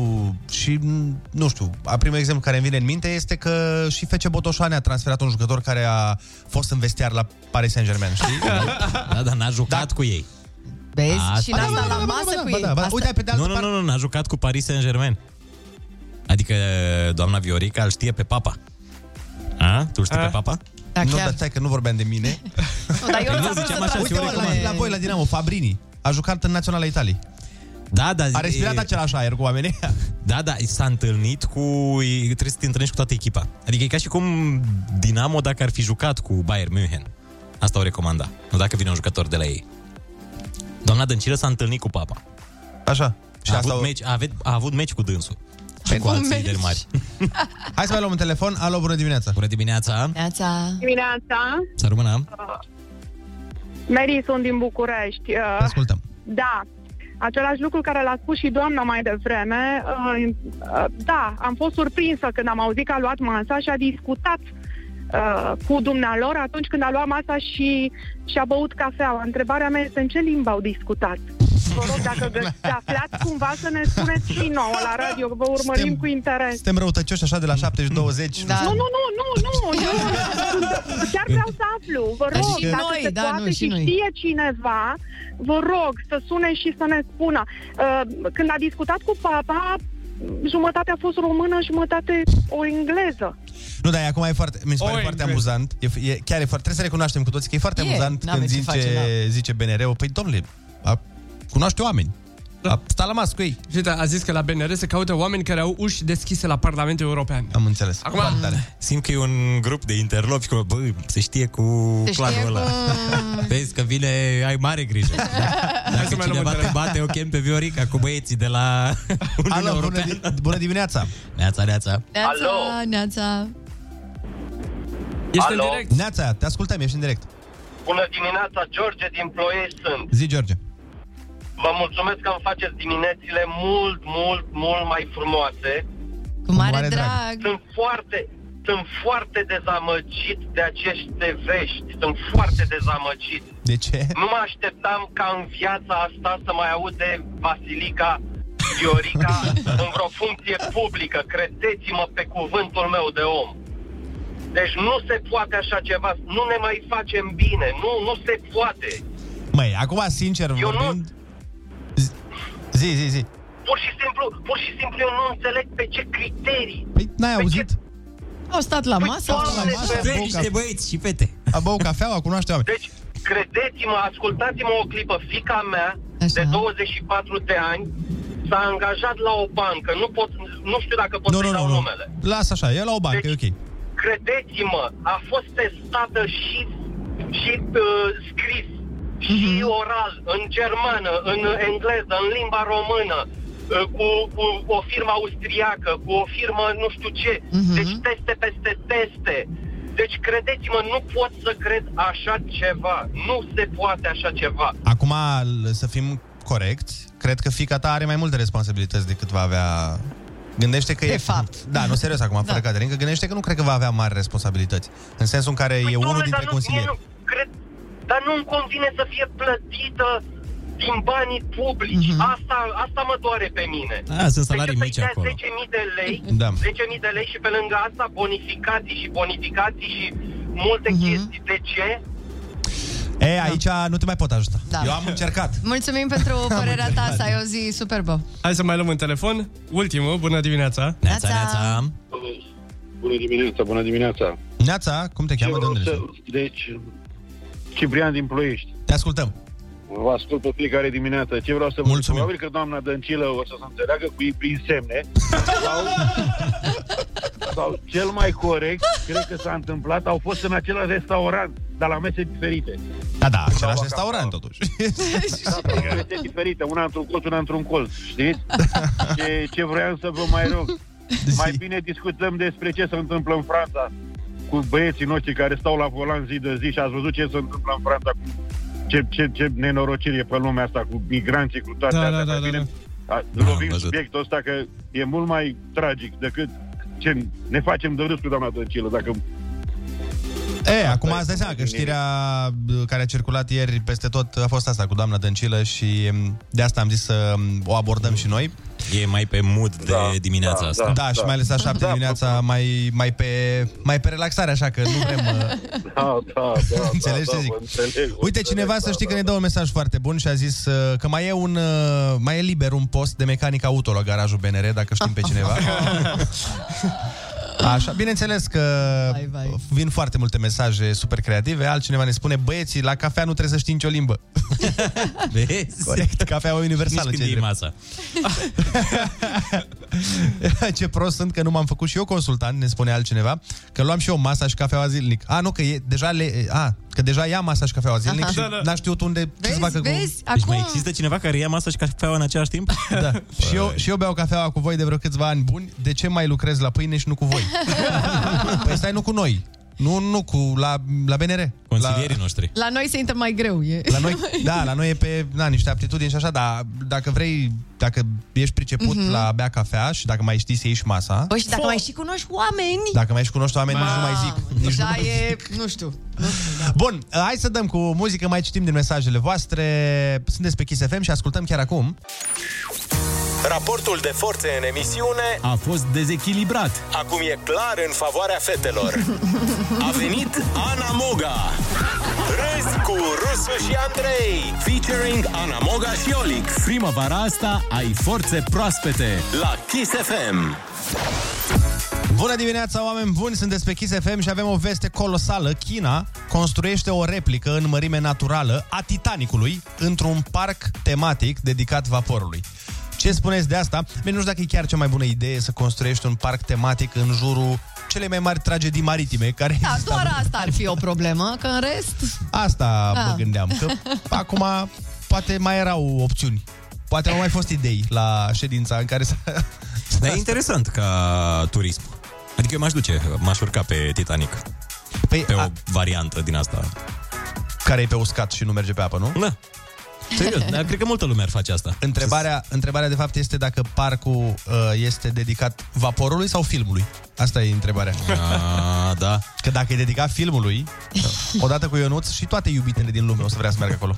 S7: și, m, nu știu, a primul exemplu care îmi vine în minte este că și FC Botoșane a transferat un jucător care a fost în vestiar la Paris Saint-Germain, știi?
S8: Da, dar n-a jucat cu ei.
S9: Vezi?
S8: Asta
S9: și n-a
S8: e.
S9: stat la masă cu ei. Asta-
S7: da, Uite, pe de
S8: Nu,
S7: altă
S8: nu,
S7: parte...
S8: nu, nu, n-a jucat cu Paris Saint-Germain. Adică doamna Viorica îl știe pe papa. A? Tu îl știi
S10: A.
S8: pe papa? Păi
S9: Da,
S7: Nu,
S9: chiar.
S7: dar stai că nu vorbeam de mine.
S9: Nu, dar eu
S10: Păi
S8: nu
S9: nu
S8: ziceam
S9: ziceam
S8: așa,
S9: așa,
S8: și
S7: Uite,
S8: eu
S7: mă,
S8: recomand.
S7: la, la voi, la Dinamo, Fabrini. A jucat în Naționala Italiei.
S8: Da, da,
S7: A respirat
S8: e-
S7: același aer cu oamenii.
S8: Da, da, s-a întâlnit cu... e- Trebuie să te întâlnești cu toată echipa. Adică e ca și cum Dinamo dacă ar fi jucat cu Bayern München. Asta o recomanda. Nu dacă vine un jucător de la ei. Doamna Dăncilă s-a întâlnit cu papa.
S7: Așa. Și
S8: a,
S7: asta
S8: avut
S7: o...
S8: meci, a, avut, a avut meci cu dânsul. Și
S7: Pentru
S8: cu alții
S9: meci.
S8: lideri mari.
S7: Hai să mai luăm un telefon. Alo, bună dimineața.
S8: Bună dimineața!
S9: Neața.
S15: Dimineața,
S8: Să rămână!
S15: Mary sunt din București. Uh,
S7: Te ascultăm.
S15: Da, același lucru care l-a spus și doamna mai devreme. uh, uh, Da, am fost surprinsă când am auzit că a luat masa și a discutat uh, cu dumnealor atunci când a luat masa și și-a băut cafeaua. Întrebarea mea este în ce limbă au discutat? Vă
S9: Păi
S15: rog, dacă găsiți aflați cumva să ne spuneți și nouă la radio, că vă urmărim
S7: Suntem-
S15: cu interes.
S7: Suntem răutăcioși așa de la 70-20.
S9: Da.
S15: Nu, nu, nu, nu, nu, nu. Chiar vreau să aflu, vă
S9: Dar
S15: rog,
S9: și
S15: dacă
S9: noi,
S15: se
S9: da,
S15: poate
S9: nu, și
S15: și
S9: noi.
S15: știe cineva, vă rog să sune și să ne spună. Uh, Când a discutat cu papa, jumătate a fost română, jumătate o engleză.
S7: Nu, dar e acum e foarte, mi se pare
S10: Oi,
S7: foarte
S10: vezi.
S7: amuzant. E, e, chiar e foarte, trebuie să recunoaștem cu toții că e foarte
S9: E,
S7: amuzant
S9: n-avem
S7: când
S9: ce
S7: zice,
S9: face, da.
S7: zice BNR-ul, păi domnule, a, cunoaște oameni. A stat la masă cu ei.
S10: Și Da. uite, a zis că la BNR se caută oameni care au uși deschise la Parlamentul European.
S7: Am înțeles.
S10: Acum-
S7: Foarte tare.
S8: Simt că e un grup de interlopi cu, bă, se știe cu
S9: Se
S8: clanul
S9: știe
S8: ăla.
S9: cum-
S8: Vezi că vine, ai mare grijă. Da? Dacă
S10: luăm
S8: cineva te
S10: întrebarea.
S8: bate, o chem pe Viorica cu băieții de la Uniunea
S7: Alo, bună,
S8: Europeană.
S7: di- bună dimineața.
S8: Neața, neața.
S9: Neața, neața.
S10: Ești în
S16: Alo?
S10: direct?
S7: Neața, te ascultăm, ești în direct.
S16: Bună dimineața, George din Ploiești sunt.
S7: Zi, George.
S16: Vă mulțumesc că îmi faceți diminețile mult, mult, mult mai frumoase.
S9: Cu mare,
S7: mare drag.
S9: drag.
S16: Sunt foarte, sunt foarte dezamăgit de aceste vești. Sunt foarte dezamăgit.
S7: De ce?
S16: Nu mă așteptam ca în viața asta să mai aud de Vasilica Viorica în vreo funcție publică. Credeți-mă pe cuvântul meu de om. Deci nu se poate așa ceva. Nu ne mai facem bine. Nu, nu se poate.
S7: Măi, acum, sincer,
S16: Eu nu-
S7: vorbind... Zi- Zi, zi, zi.
S16: Pur și simplu, pur și simplu eu nu înțeleg pe ce criterii.
S7: Păi, n-ai
S16: Păi
S7: auzit?
S16: ce-
S9: Au stat
S16: Păi,
S9: la masă. au stat la masă.
S16: Doamne,
S8: Vezi niște băieți și fete.
S7: A băut cafeaua, cunoaște oameni.
S16: Deci, credeți-mă, ascultați-mă o clipă. Fica mea,
S9: Așa.
S16: Așa. de 24 de ani, s-a angajat la o bancă. Nu, pot, nu știu dacă pot
S7: Nu,
S16: să
S7: nu, nu,
S16: dau
S7: nu.
S16: numele.
S7: Lasă așa, e la o bancă, e
S16: Deci-
S7: ok.
S16: Credeți-mă, a fost testată și, și uh, scris, și oral, în germană, în engleză, în limba română, uh, cu, cu o firmă austriacă, cu o firmă nu știu ce.
S9: Mhm.
S16: Deci teste peste teste. Deci credeți-mă, nu pot să cred așa ceva. Nu se poate așa ceva.
S7: Acum, l- să fim corecți, cred că fica ta are mai multe responsabilități decât va avea... Gândește că
S9: De
S7: e...
S9: fapt.
S7: Da, nu, serios acum, fără
S9: Da.
S7: da. Caterin, că gândește că nu cred că va avea mari responsabilități. În sensul în care e unul
S16: domnule,
S7: dintre
S16: dar Păi nu-
S7: consilieri.
S16: mie nu Cred, dar nu-mi convine să fie plătită din banii publici.
S9: Mhm.
S16: Asta, asta mă doare pe mine.
S8: A, sunt salarii
S16: Deci
S8: mici
S16: să-i dea
S8: acolo.
S16: 10.000 de lei,
S7: Da.
S16: 10.000 de lei și pe lângă asta bonificații și bonificații și multe
S9: Mhm.
S16: chestii. De ce?
S7: E, aici nu te mai pot ajuta. Da. Eu am încercat.
S9: Mulțumim pentru
S7: Da,
S9: părerea ta, să ai o zi superbă.
S10: Hai să mai luăm un telefon. Ultimul, bună dimineața.
S9: Neața, neața.
S17: Bună dimineața, bună dimineața.
S7: Neața, cum te cheamă, de unde ești?
S17: Deci, Ciprian din Ploiești.
S7: Te ascultăm.
S17: Vă ascult pe fiecare dimineață. Ce vreau să vă Mulțumim. Probabil că doamna Dăncilă o să se înțeleagă cu ei prin semne. sau, sau cel mai corect, cred că s-a întâmplat, au fost în același restaurant, dar la mese diferite.
S7: Da, da, același restaurant, totuși.
S17: Da,
S10: Exact.
S17: pe mese diferite, una într-un colț, una într-un colț, știți? Ce, ce vreau să vă mai rog. Mai bine discutăm despre ce se întâmplă în Franța cu băieții noștri care stau la volan zi de zi și ați văzut ce se întâmplă în Franța cu ce, ce, ce nenorocire e pe lumea asta cu migranții, cu toate
S10: Da, da,
S17: astea.
S10: da, da,
S17: Mai bine, a, lovim subiectul ăsta că e mult mai tragic decât ce ne facem de râs cu doamna Dăncilă, dacă
S7: E, acum ați dat seama că știrea uh, care a circulat ieri peste tot a fost asta cu doamna Dăncilă și um, de asta am zis să um, o abordăm și noi.
S8: E mai pe mood de da, dimineața
S7: da,
S8: asta.
S7: Da, da, și mai ales la șapte da, dimineața mai, mai, pe, mai pe relaxare, așa că nu vrem... uh,
S17: Da, da, da.
S7: Înțelegi
S17: da,
S7: ce
S17: da,
S7: zic?
S17: vă Înțeleg, da, vă
S7: Uite, cineva să știi că ne dă un mesaj foarte bun și a zis uh, că mai e un uh, mai e liber un post de mecanic auto la garajul BNR, dacă știm pe cineva. Așa, bineînțeles că vai, vai. vin foarte multe mesaje super creative. Altcineva ne spune, băieții, la cafea nu trebuie să știi nicio limbă.
S8: Vezi?
S7: Corect, cafeaua universală.
S8: Nici când
S7: ce
S8: e
S7: drept.
S8: masa.
S7: Ce prost sunt că nu m-am făcut și eu consultant, ne spune altcineva, că luam și eu masa și cafeaua zilnic. A, nu, că e, deja le, a, că deja ia masa și cafeaua zilnic
S9: Aha.
S7: și
S9: Da, da.
S7: n-a știut unde ce să facă
S9: vezi?
S7: cu...
S9: Deci mai Acum- există
S7: cineva care ia masa și cafeaua în același timp? Da. și, eu, și eu beau cafeaua cu voi de vreo câțiva ani buni, de ce mai lucrez la pâine și nu cu voi? păi stai, nu cu noi. Nu, nu, cu la, la BNR. Consilierii la... noștri.
S9: La noi se intră mai greu. E.
S7: La noi, da, la noi e pe na, niște aptitudini și așa, dar dacă vrei, dacă ești priceput
S9: Mhm.
S7: mm-hmm. la a bea cafea și dacă mai știi să ieși masa,
S9: Bă, Păi și dacă mai și cunoști oameni...
S7: Da? dacă mai ești cunoști oameni, nici nu mai zic. Nici nu
S9: Deja
S7: mai
S9: e, nu știu.
S7: Bun, hai să dăm cu muzică, mai citim din mesajele voastre. Sunteți pe Kiss FM și ascultăm chiar acum.
S6: Raportul de forțe în emisiune a fost dezechilibrat. Acum e clar în favoarea fetelor. A venit Ana Moga. Râzi cu Rusu și Andrei, featuring Ana Moga și Olic.
S5: Primăvara asta ai forțe proaspete
S6: La Kiss FM.
S7: Bună dimineața, oameni buni! Sunteți pe Kiss FM și avem o veste colosală. China construiește o replică în mărime naturală a Titanicului într-un parc tematic dedicat vaporului. Ce spuneți de asta? Bine, nu știu dacă e chiar cea mai bună idee să construiești un parc tematic în jurul celei mai mari tragedii maritime care
S9: Da,
S7: există.
S9: doar asta ar fi o problemă, că în rest...
S7: Asta
S9: Da.
S7: mă gândeam, că acum poate mai erau opțiuni. Poate au mai fost idei la ședința în care s-a...
S8: Dar e interesant ca turism. Adică eu m-aș duce, m-aș urca pe Titanic.
S7: Păi,
S8: pe o variantă din asta.
S7: Care e pe uscat și nu merge pe apă, nu?
S8: Da. Serios, dar cred că multă lume ar face asta.
S7: Întrebarea, întrebarea de fapt este dacă parcul uh, este dedicat vaporului sau filmului. Asta e întrebarea.
S8: A, da.
S7: Că dacă e dedicat filmului, odată cu Ionuț și toate iubitele din lume o să vrea să meargă acolo.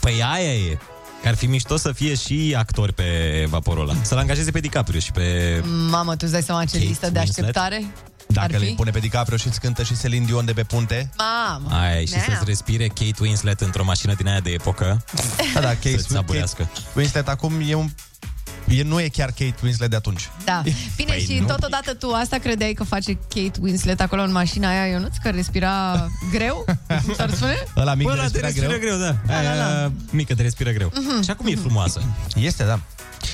S8: Păi aia e. Că ar fi mișto să fie și actori pe vaporul ăla. Să-l angajeze pe DiCaprio și pe...
S9: Mamă, tu îți dai seama ce
S8: Kate
S9: listă de
S8: Winslet?
S9: așteptare?
S7: Dacă
S9: Mm, Ar fi?
S7: le pune pe DiCaprio și îți cântă și Celine Dion de pe punte.
S9: Mamă!
S8: Ai, și
S9: Nea.
S8: să-ți respire Kate Winslet într-o mașină din aia de epocă.
S7: Da, da, Kate,
S8: Să-ți saborească.
S7: Winslet acum e un... E, nu e chiar Kate Winslet de atunci.
S9: Da. Bine,
S7: Păi
S9: și
S7: nu.
S9: totodată tu asta credeai că face Kate Winslet acolo în mașina aia, Ionuț, că respira greu? S-ar spune?
S7: Ăla mic
S8: Bă,
S7: de
S8: ăla te
S7: respira
S8: respiră greu, da. Aia, mică te respiră greu.
S7: Mhm.
S8: Și acum e frumoasă.
S7: Este, da.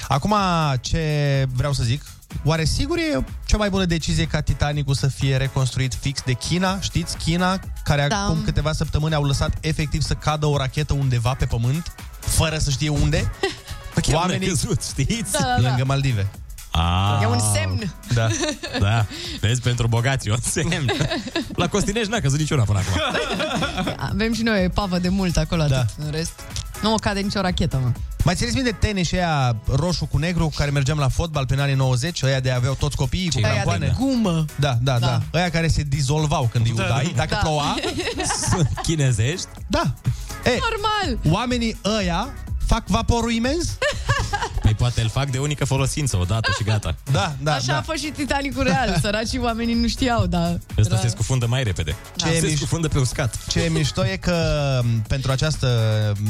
S7: Acum, ce vreau să zic, oare sigur e cea mai bună decizie ca Titanicul să fie reconstruit fix de China? Știți, China, care
S9: Da.
S7: da. acum câteva săptămâni au lăsat efectiv să cadă o rachetă undeva pe pământ, fără să știe unde?
S8: Chiar n-a căzut, știți?
S9: Da, da, da.
S7: Lângă Maldive.
S8: A,
S9: E un semn.
S7: Da.
S8: da. Vezi, pentru bogați e un semn. La Costinești n-a căzut niciuna până acum.
S9: Avem și noi pavă de mult acolo, da. atât. În rest, nu o cade nicio rachetă, mă.
S7: Mai țineți minte tenis și aia roșu cu negru cu care mergeam la fotbal prin anii 90, ăia de aveau toți copiii cu
S9: Aia de
S7: crampoane?
S9: gumă.
S7: Da, da, da, da. Aia care se dizolvau când îi
S8: Da.
S7: udai, dacă
S9: Da.
S7: ploua.
S8: Chinezești?
S7: Da. E,
S9: Normal.
S7: Oamenii ăia fac vaporul imens?
S8: Păi poate îl fac de unică folosință odată și gata.
S7: Da, da,
S9: Așa a fost și Titanicul real. Săracii oamenii nu știau, da. dar...
S8: Ăsta se scufundă mai repede.
S9: Da.
S7: Ce
S8: se
S7: miș-
S8: scufundă pe uscat.
S7: Ce e mișto e că m, pentru această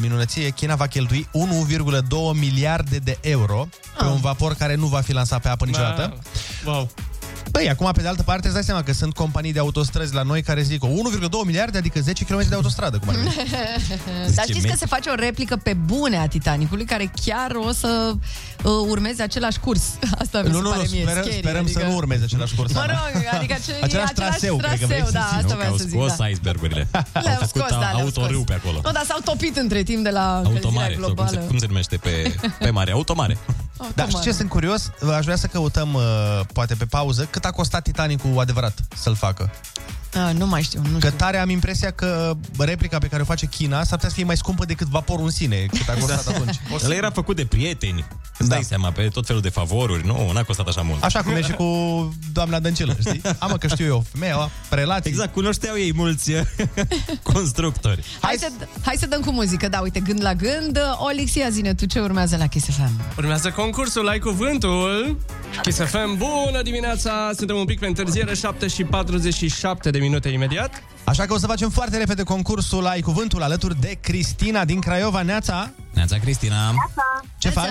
S7: minunăție China va cheltui 1,2 miliarde de euro pe
S9: Ah.
S7: un vapor care nu va fi lansat pe apă niciodată.
S10: Wow.
S7: Băi, acum pe de altă parte îți dai seama că sunt companii de autostrăzi la noi care zic "O, 1,2 miliarde, adică 10 km de autostradă, cum ar
S9: Da,
S7: veni. Zice,
S9: Dar știți că
S7: "Mei."
S9: se face o replică pe bune a Titanicului care chiar o să uh, urmeze același curs. Asta mi
S7: Nu,
S9: se
S7: nu,
S9: pare
S7: nu,
S9: mie
S7: sperăm,
S9: scary,
S7: sperăm
S9: adică...
S7: să nu urmeze același curs.
S9: Mă rog, adică ce-
S7: același
S9: același
S7: traseu, cred că vrei
S9: traseu,
S7: să
S9: da,
S7: zici.
S9: asta
S7: Nu,
S8: Nu,
S9: vreau
S8: că au
S9: să zic,
S8: scos
S9: da.
S8: icebergurile.
S9: Le-au
S8: au făcut
S9: scos, da, le-au
S8: autoriu pe acolo.
S9: Nu, dar s-au topit între timp de la încălzirea
S8: Automare, sau cum se,
S9: globală. Oh,
S8: cum se numește pe, pe mare? Automare.
S7: Da, știi ce sunt curios? Aș vrea să căutăm, uh, poate pe pauză, cât a costat Titanicul adevărat să-l facă.
S9: A, nu mai știu, nu
S7: Că tare am impresia că replica pe care o face China s-ar putea să fie mai scumpă decât vaporul în sine, cât
S8: Da.
S7: a costat atunci.
S8: O să... El Exact. era făcut de prieteni. Îți dai seama, pe tot felul de favoruri. Nu, n-a costat așa mult.
S7: Așa cum e și cu doamna Dăncilă, știi? Amă că știu eu, femeia, relații.
S8: Exact, cunoșteau ei mulți constructori.
S9: Hai, să, hai să dăm cu muzică, da, uite, gând la gând. Olixia, zine tu ce urmează la Kiss FM.
S10: Urmează concursul Ai Cuvântul Kiss FM, bună dimineața Suntem un pic pe întârziere 7 și 47 de minute imediat
S7: Așa că o să facem foarte repede concursul Ai Cuvântul alături de Cristina din Craiova, Neața.
S8: Neața, Cristina.
S7: Ce faci?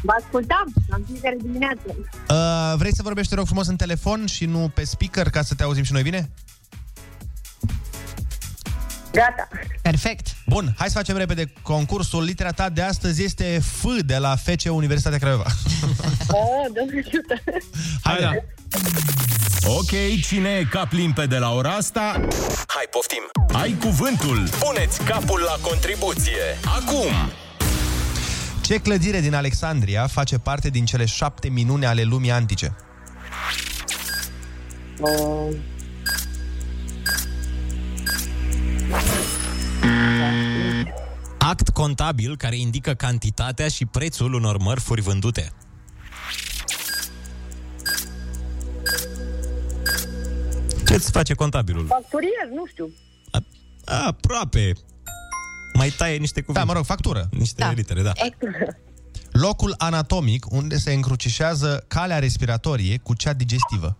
S18: Vă ascultam la fiecare dimineață.
S7: Uh, vrei să vorbești, te rog frumos, în telefon și nu pe speaker ca să te auzim și noi bine?
S18: Gata.
S9: Perfect.
S7: Bun, hai să facem repede concursul. Litera ta de astăzi este F de la FC Universitatea Craiova.
S18: Oh, Doamne ajută.
S7: Hai, da.
S6: Ok, cine e cap limpede la ora asta? Hai, poftim! Ai cuvântul! Puneți capul la contribuție! Acum!
S7: Ce clădire din Alexandria face parte din cele șapte minuni ale lumii antice?
S18: Uh,
S8: Act contabil care indică cantitatea și prețul unor mărfuri vândute. Ce îți face contabilul?
S18: Facturier, nu știu.
S8: Aproape. Mai taie niște cuvinte. Da, mă
S7: rog, factură.
S8: Niște da. litere, da.
S7: Locul anatomic unde se încrucișează calea respiratorie cu cea digestivă.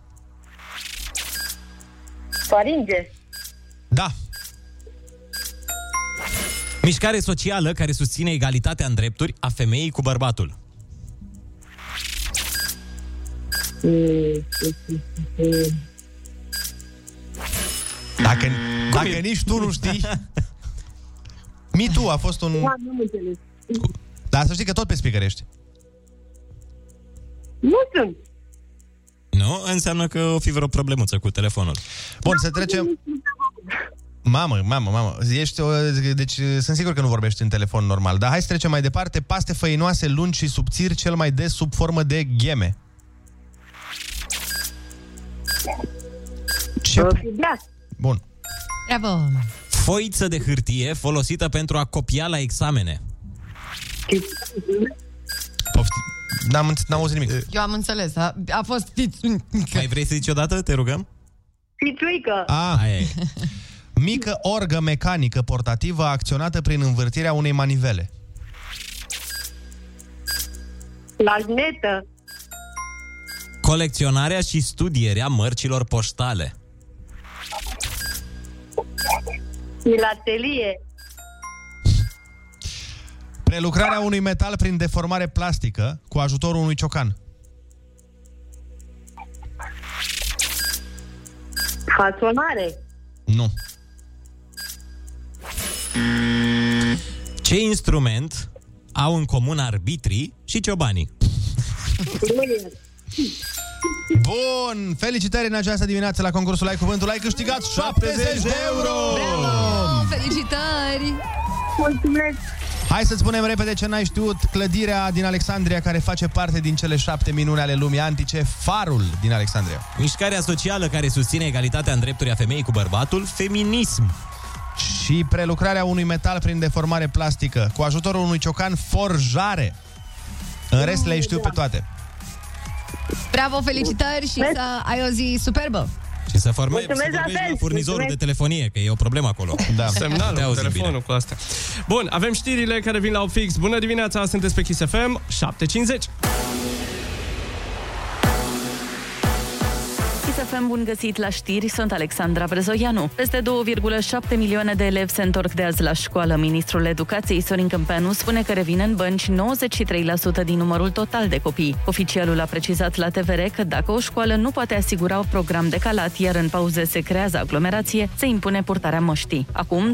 S18: Faringe.
S7: Da.
S8: Mișcare socială care susține egalitatea în drepturi a femeii cu bărbatul.
S7: Dacă, dacă nici tu nu știi... Me Too a fost un...
S18: Da, nu am înțeles.
S7: Dar să știi că tot pe speaker ești.
S18: Nu sunt.
S8: Nu? Înseamnă că o fi vreo problemuță cu telefonul.
S7: Bun, să trecem... Mamă, mamă, mamă. Ești, o- deci sunt sigur că nu vorbești în telefon normal, dar hai să trecem mai departe. Paste făinoase lungi și subțiri, cel mai des sub formă de gheme. Ce? Bun.
S9: Bravo!
S8: Foiță de hârtie folosită pentru a copia la examene.
S7: N-am, n-am auzit nimic.
S9: Eu am înțeles, a, a fost...
S8: Mai vrei să zici odată? Te rugăm?
S18: Pituică.
S7: A, mică orgă mecanică portativă acționată prin învârtirea unei manivele.
S18: Lagnetă.
S8: Colecționarea și studierea mărcilor poștale.
S18: Filatelie.
S7: Prelucrarea unui metal prin deformare plastică cu ajutorul unui ciocan.
S18: Fasonare.
S7: Nu.
S8: Ce instrument au în comun arbitrii și ciobanii?
S7: Bun! Felicitări în această dimineață la concursul Ai Cuvântul. Ai câștigat 70 de euro!
S9: Bravo! Oh, Felicitări!
S18: Mulțumesc!
S7: Hai să spunem repede ce n-ai știut. Clădirea din Alexandria care face parte din cele șapte minuni ale lumii antice, Farul din Alexandria.
S8: Mișcarea socială care susține egalitatea în drepturi a femeii cu bărbatul, feminism.
S7: Și prelucrarea unui metal prin deformare plastică cu ajutorul unui ciocan forjare. În rest le știu pe toate.
S9: Bravo, felicitări și să ai o zi superbă!
S8: Și să, forme, să
S18: Mulțumesc la
S8: vorbești
S18: fel.
S8: la furnizorul
S18: Mulțumesc.
S8: de telefonie, că e o problemă acolo.
S10: Da.
S8: Te
S10: Semnalul,
S8: auzim
S10: telefonul
S8: bine.
S10: cu asta. Bun, avem știrile care vin la fix. Bună dimineața, sunteți pe Kiss FM, 7.50.
S11: ISFM bun găsit la știri, sunt Alexandra Brezoianu. Peste 2,7 milioane de elevi se întorc de azi la școală. Ministrul Educației Sorin Câmpeanu spune că revin în bănci 93% din numărul total de copii. Oficialul a precizat la TVR că dacă o școală nu poate asigura un program decalat, iar în pauze se creează aglomerație, se impune purtarea măștii. Acum,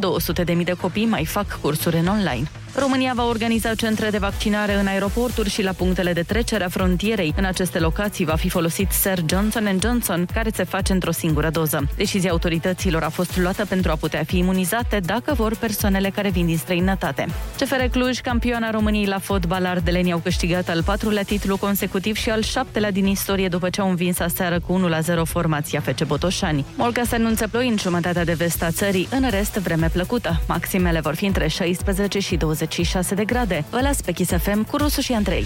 S11: 200.000 de copii mai fac cursuri în online. România va organiza centre de vaccinare în aeroporturi și la punctele de trecere a frontierei. În aceste locații va fi folosit Ser Johnson Johnson, care se face într-o singură doză. Decizia autorităților a fost luată pentru a putea fi imunizate dacă vor persoanele care vin din străinătate. CFR Cluj, campioana României la fotbal, ardelenii au câștigat al patrulea titlu consecutiv și al șaptelea din istorie după ce au învins aseară cu 1-0 formația FC Botoșani. Morca se anunță ploi în jumătatea de vest a țării, în rest vreme plăcută. Maximele vor fi între 16 și 26 de grade. Vă las pe Kiss FM cu Rusu și Andrei.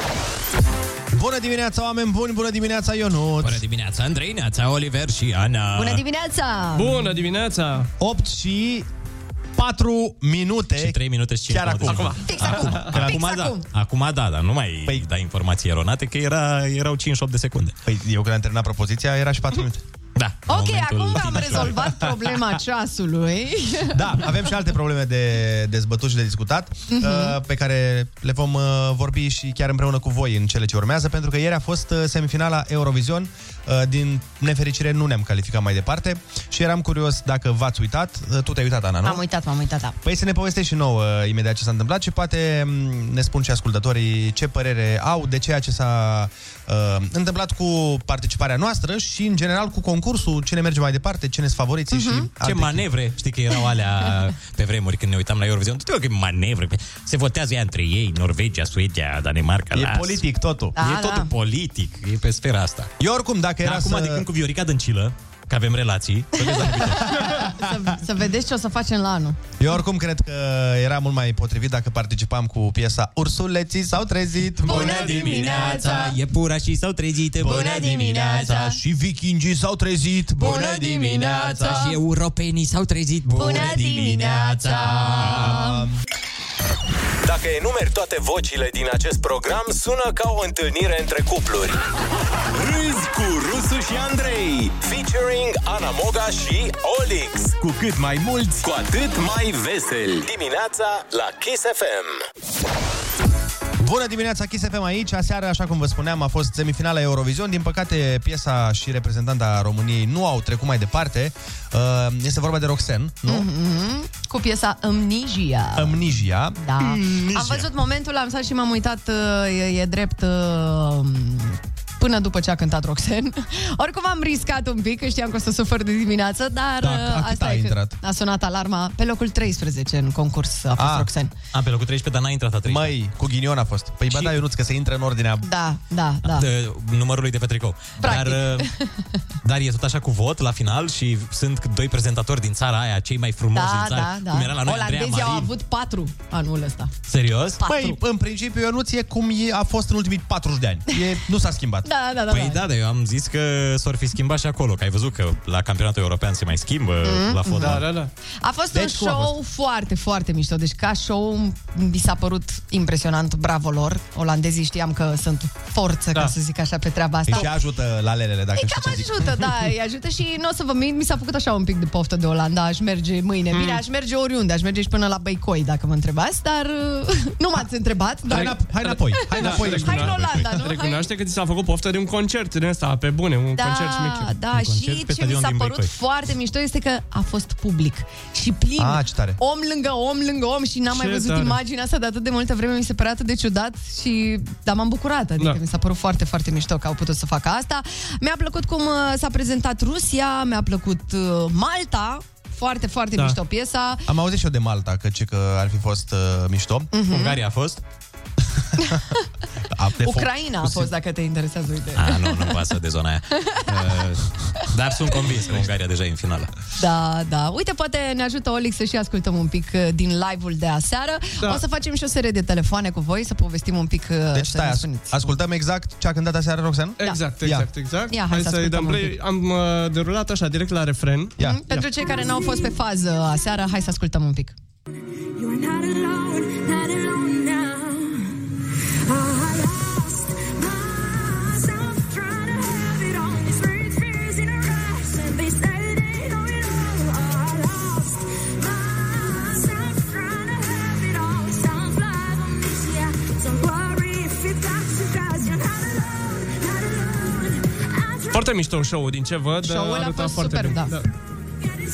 S7: Bună dimineața, oameni buni! Bună dimineața, Ionut! Bună
S8: dimineața, Andrei, Neața, Oliver și Ana.
S9: Bună dimineața!
S10: dimineața!
S7: 8 și 4 minute. Și
S8: 3 minute și 5
S7: Chiar acum.
S8: Acum.
S9: Fix acum!
S8: Că
S9: Fix
S8: acum, da,
S9: acum!
S8: acum da, dar nu mai păi... dai informații eronate, că era, erau 5-8 de secunde.
S7: Păi eu când am terminat propoziția era și 4 minute.
S8: Da.
S9: Ok, acum am rezolvat problema ceasului.
S7: Da, avem și alte probleme de dezbătut și de discutat,
S9: Mhm.
S7: uh, pe care le vom uh, vorbi și chiar împreună cu voi în cele ce urmează, pentru că ieri a fost uh, semifinala Eurovision. Uh, Din nefericire nu ne-am calificat mai departe și eram curios dacă v-ați uitat. Uh, Tu te-ai uitat, Ana, nu?
S9: Am uitat, m-am uitat, da.
S7: Păi să ne povestești și nouă uh, imediat ce s-a întâmplat și poate m, ne spun și ascultătorii ce părere au de ceea ce s-a uh, întâmplat cu participarea noastră și, în general, cu concursul, cine merge mai departe, cine sunt favoriții uh-huh. și
S9: Mhm.
S8: Ce
S7: alte
S8: manevre, știi că erau alea pe vremuri când ne uitam la Eurovision. Tu că manevre. Se votează ea între ei, Norvegia, Suedia, Danemarca.
S7: E
S8: las.
S7: politic totul.
S8: Da, e totul da. politic, e pe sfera asta.
S7: Eu oricum, dacă
S8: era acum, să... adică cu Viorica Dăncilă, că avem relații,
S9: Să, să vedeți ce o să facem la anul.
S7: Eu oricum cred că era mult mai potrivit dacă participam cu piesa Ursuleții s-au trezit
S8: E pura și s-au trezit
S7: Bună dimineața! Și vikingii s-au trezit
S8: Bună dimineața! Și europenii s-au trezit Bună dimineața!
S19: Dacă enumeri toate vocile din acest program, sună ca o întâlnire între cupluri. Râzi cu Rusu și Andrei, featuring Ana Moga și Olix.
S6: Cu cât mai mulți,
S19: Cu atât mai vesel. Dimineața la Kiss FM.
S7: Bună dimineața, Kiss FM aici. Aseară, așa cum vă spuneam, a fost semifinala Eurovision. Din păcate, piesa și reprezentanta României nu au trecut mai departe. Uh, Este vorba de Roxen, nu?
S9: Mhm. Cu piesa Amnesia.
S7: Amnesia.
S9: Da. Am văzut momentul, am stat și m-am uitat, uh, e, e drept, uh, până după ce a cântat Roxen. Oricum am riscat un pic, că știam că o să sufăr de dimineață, dar
S7: Da,
S9: uh,
S7: a cât
S9: asta
S7: a
S9: e că
S7: intrat?
S9: a sunat alarma pe locul 13 în concurs a fost
S7: Ah.
S9: Roxen.
S8: Am pe locul 13, dar n-a intrat a 13.
S7: Măi, cu ghinion a fost. Păi, bă, da, Ionuț, că se intră în ordinea...
S9: Da, da, da.
S8: de numărului de pe tricou.
S9: Practic.
S8: Dar, uh, dar e tot așa cu vot la final și sunt doi prezentatori din țara aia, cei mai frumoși
S9: Da,
S8: din țară,
S9: da, da.
S8: exact. cum era la noi Andreea
S9: Olandezii
S8: Marin.
S9: au avut patru anul ăsta.
S8: Serios?
S9: Patru.
S7: Păi, în principiu, Ionuț e cum e, a fost în ultimii 40 de ani. E, nu s-a schimbat.
S9: Da, da, da.
S8: Păi da, dar eu am zis că s-or fi schimbat și acolo, că ai văzut că la campionatul european se mai schimbă
S9: Mhm.
S8: mm la fotbal.
S9: Da,
S10: da.
S9: A fost
S8: Deci, cum
S9: un
S8: a
S9: show foarte, foarte mișto. Deci ca show mi s-a părut impresionant, bravo lor. Olandezii știam că sunt forță,
S7: Da.
S9: ca să zic așa, pe treaba
S7: Îi
S9: asta.
S8: Deci
S7: și ajută la lelele, dacă
S9: Ei,
S7: știi
S9: cam
S7: ce zic.
S9: ajută, da, îi ajută și nu o să vă mint, mi s-a făcut așa un pic de poftă de Olanda, aș merge mâine, bine, aș merge oriunde, aș merge și până la Băicoi, dacă mă întrebați, dar uh, nu m-ați întrebat, dar...
S7: Hai înapoi, hai înapoi.
S10: Da,
S7: Hai înapoi.
S10: recunoaște-
S9: Hai în Olanda, nu?
S10: Recunoaște că ți s-a făcut poftă poftă de un concert din ăsta, pe bune, un
S9: da,
S10: concert mic.
S9: da, și ce mi s-a părut foarte mișto este că a fost public și plin.
S10: Ah, ce tare.
S9: Om lângă om lângă om și n-am
S10: Ce
S9: mai văzut
S10: tare.
S9: imaginea asta de atât de multă vreme, mi se părea atât de ciudat și da, m-am bucurat, adică
S20: Da.
S9: mi s-a părut foarte, foarte mișto că au putut să facă asta. Mi-a plăcut cum uh, s-a prezentat Rusia, mi-a plăcut uh, Malta, foarte, foarte
S7: Da.
S9: mișto piesa.
S7: Am auzit și eu de Malta, că ce că ar fi fost uh, mișto.
S9: Mhm. Ungaria
S7: a fost. a, de
S9: Ucraina a fost, dacă te interesează, uite.
S8: Ah, nu, nu-mi pasă de zona aia. Uh, Dar sunt convins că Ungaria deja e în finală.
S9: Da, da. Uite, poate ne ajută Olic să și ascultăm un pic uh, din live-ul de aseară.
S7: Da.
S9: O să facem și o serie de telefoane cu voi, să povestim un pic. uh,
S7: Deci
S9: să
S7: stai,
S9: ne
S7: as- ascultăm exact ce a cântat aseară Roxan?
S10: Exact, exact, exact.
S9: Ia, hai
S10: hai
S9: să
S10: să-i dăm
S9: ascultăm un Mhm,
S10: play. Am uh, derulat așa, direct la refren.
S7: Ia.
S9: Pentru cei care n-au fost pe fază aseară, hai să ascultăm un pic.
S20: You're not alone, not alone now. I lost myself trying to have it all. These great fears in our eyes, and they say they know it all. I lost myself trying to have it all. Some fly on me, yeah. Don't worry if it got you guys. You're not alone, not alone. I tried
S10: Foarte mișto show-ul, din ce văd.
S20: Show-ul a
S10: arăta
S20: fost
S10: foarte
S20: superb,
S10: bine.
S20: da.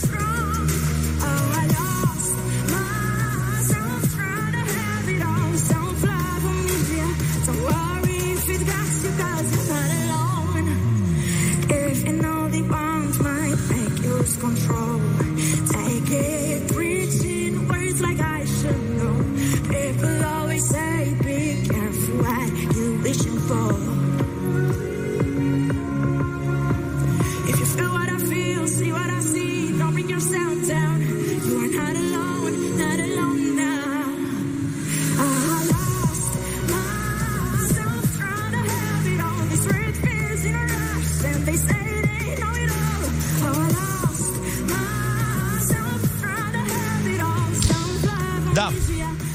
S20: Oh, I lost myself trying to have it all. Don't fly from me, yeah. Don't worry if it got you, cause you're not alone. If you know the arms might make you lose control, take it, preaching words like I should know. People always say, be careful what you wishing for. If you feel what I feel, see what I see, don't bring yourself down. You are not alone, not alone now. I lost myself trying to have it all. These red fears in our eyes, and they say they know it all. I lost myself trying to have it all. Some love
S7: Da.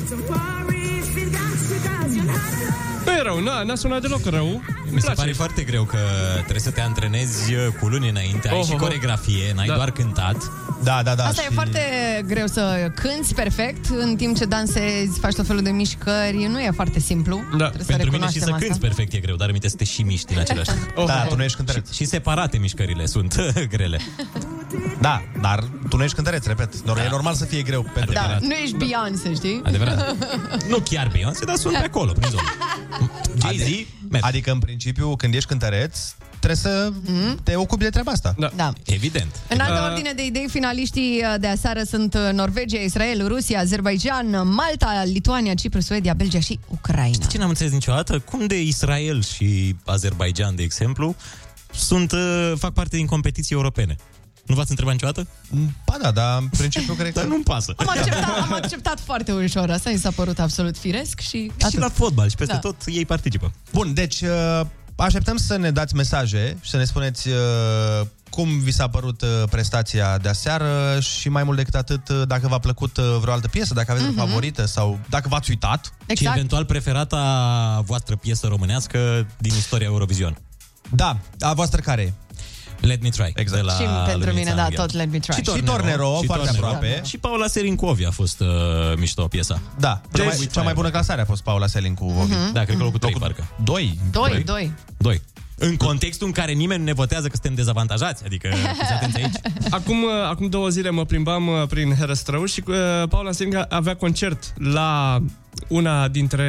S20: Don't worry if it got you, cause you're not alone.
S10: Nu e rău, na, n-a sunat deloc rău.
S8: Mi se pare foarte greu că trebuie să te antrenezi uh, cu luni înainte. Ai
S10: Oh,
S8: și
S10: oh, oh.
S8: coregrafie, n-ai doar cântat.
S7: Da, da, da.
S9: Asta e foarte greu să cânți perfect în timp ce dansezi, faci tot felul de mișcări. Nu e foarte simplu.
S8: Da.
S9: Trebuie să
S8: Pentru mine și
S9: recunoaștem
S8: să
S9: asta.
S8: cânti perfect e greu, dar aminte să te și miști în același timp.
S7: Da, tu nu ești cântăreț.
S8: Și, și separate mișcările sunt grele.
S7: Da, dar tu nu ești cântăreț, repet. Nor- E normal să fie greu pentru
S9: Da,
S7: tine.
S9: nu ești Beyoncé, știi?
S7: Adevărat.
S8: Nu chiar Beyoncé, dar sunt pe acolo, prin zonă.
S7: Adică, adică, în principiu, când ești cântăreț, trebuie să te ocupi de treaba asta.
S10: Da.
S9: Mhm.
S10: Uh,
S9: da.
S8: Evident.
S9: În altă
S7: Uh.
S9: ordine de idei, finaliștii uh, de aseară sunt uh, Norvegia, Israel, Rusia, Azerbaijan, uh, Malta, Lituania, Cipru, Suedia, Belgia și Ucraina.
S8: Ce n-am înțeles niciodată? Cum de Israel și Azerbaijan, de exemplu, sunt, uh, fac parte din competiții europene? Nu v-ați întrebat niciodată?
S7: Ba da, dar în principiu cred că...
S8: Dar nu-mi pasă.
S9: Am acceptat, am acceptat foarte ușor. Asta mi s-a părut absolut firesc și...
S8: Și la fotbal și peste
S9: Da.
S8: tot ei participă.
S7: Bun, deci uh, așteptăm să ne dați mesaje și să ne spuneți uh, cum vi s-a părut uh, prestația de aseară și mai mult decât atât, uh, dacă v-a plăcut uh, vreo altă piesă, dacă aveți mm-hmm.
S9: Mhm.
S7: o favorită sau dacă v-ați uitat.
S8: Și
S9: Exact.
S8: eventual preferata voastră piesă românească din istoria Eurovision.
S7: Da, a voastră care e?
S8: Let Me Try. Exact. De la
S9: Și pentru
S8: Luminița
S9: mine, da,
S8: Angel.
S9: tot Let Me Try.
S8: Și Tornero, și
S7: foarte aproape.
S8: Și Paula Serincovi a fost uh, mișto piesa.
S7: Da, cea mai, cea mai bună clasare a fost Paula Selin cu Vovi.
S8: Mhm. Da, cred că locul 3, parcă.
S7: 2.
S9: Doi, doi.
S8: Doi. În contextul în care nimeni nu ne votează că suntem dezavantajați, adică fiți atenți aici.
S10: Acum, uh, acum două zile mă plimbam uh, prin Herăstrău și uh, Paula Senga avea concert la una dintre...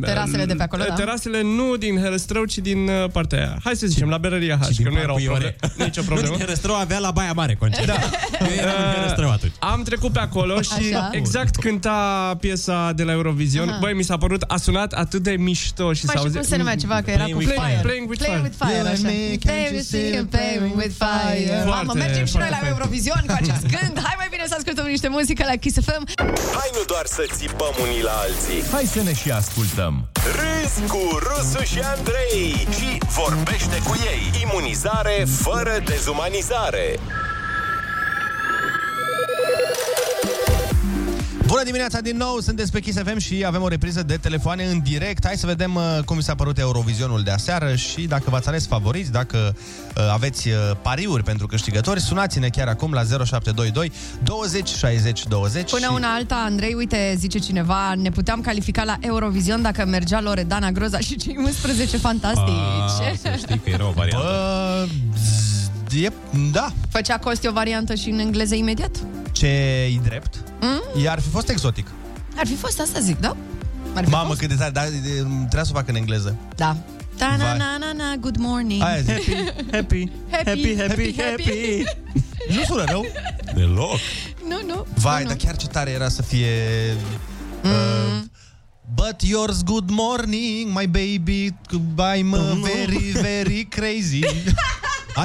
S9: Terasele de pe acolo,
S10: uh,
S9: da.
S10: Terasele nu din Herăstrău, ci din uh, partea aia. Hai să zicem, la Berăria H,
S8: și
S10: că
S8: din
S10: nu era o
S8: Parcul
S10: problemă, nicio problemă.
S8: Nu, din Herăstrău avea la Baia Mare concert.
S10: Da.
S8: Eu eram în Herăstrău atunci.
S10: Am trecut pe acolo și
S8: Așa.
S10: exact cânta piesa de la Eurovision.
S9: Aha.
S10: Băi, mi s-a părut, a sunat atât de mișto și
S9: Mai
S10: s-a
S9: și
S10: auzit... Păi,
S9: cum se numea ceva, că era cu fire.
S10: Playing with fire.
S9: Playing with fire, așa. Play with fire, play with fire.
S10: Foarte,
S9: Mamă, mergem și noi
S10: foarte
S9: la
S10: fair.
S9: Eurovision cu acest gând. Hai mai bine să ascultăm niște muzică la Kiss FM.
S6: Hai nu doar să țipăm unii la alții
S14: Hai să ne și ascultăm.
S6: Râzi cu Rusu și Andrei Și vorbește cu ei Imunizare fără dezumanizare
S7: Vă Bună dimineața din nou, sunteți pe Kiss FM și avem o repriză de telefoane în direct. Hai să vedem uh, cum vi s-a părut Eurovizionul de aseară și dacă v-ați ales favoriți, dacă uh, aveți uh, pariuri pentru câștigători, sunați-ne chiar acum la 0722 20 60 20.
S9: Până
S7: și...
S9: una alta, Andrei, uite, zice cineva, ne puteam califica la Eurovision dacă mergea Loredana Groza și cei 11 fantastici.
S8: Ah, Să știi că era o variantă.
S7: Bă, e, da,
S9: Făcea Costi o variantă și în engleză imediat?
S7: ce e drept. Mm? Iar ar fi fost exotic.
S9: Ar fi fost asta, zic, da?
S7: Mamă, cât de tare, dar de- trebuia să o fac în engleză.
S9: Da. Da, na, na, na, na, good morning.
S7: Aia zic.
S10: happy,
S9: Happy, happy, happy.
S7: Nu sună rău?
S8: Deloc.
S9: Nu, nu.
S7: Vai, dar chiar ce tare era să fie... Mm. Uh, But yours good morning, my baby, I'm uh, very, very crazy.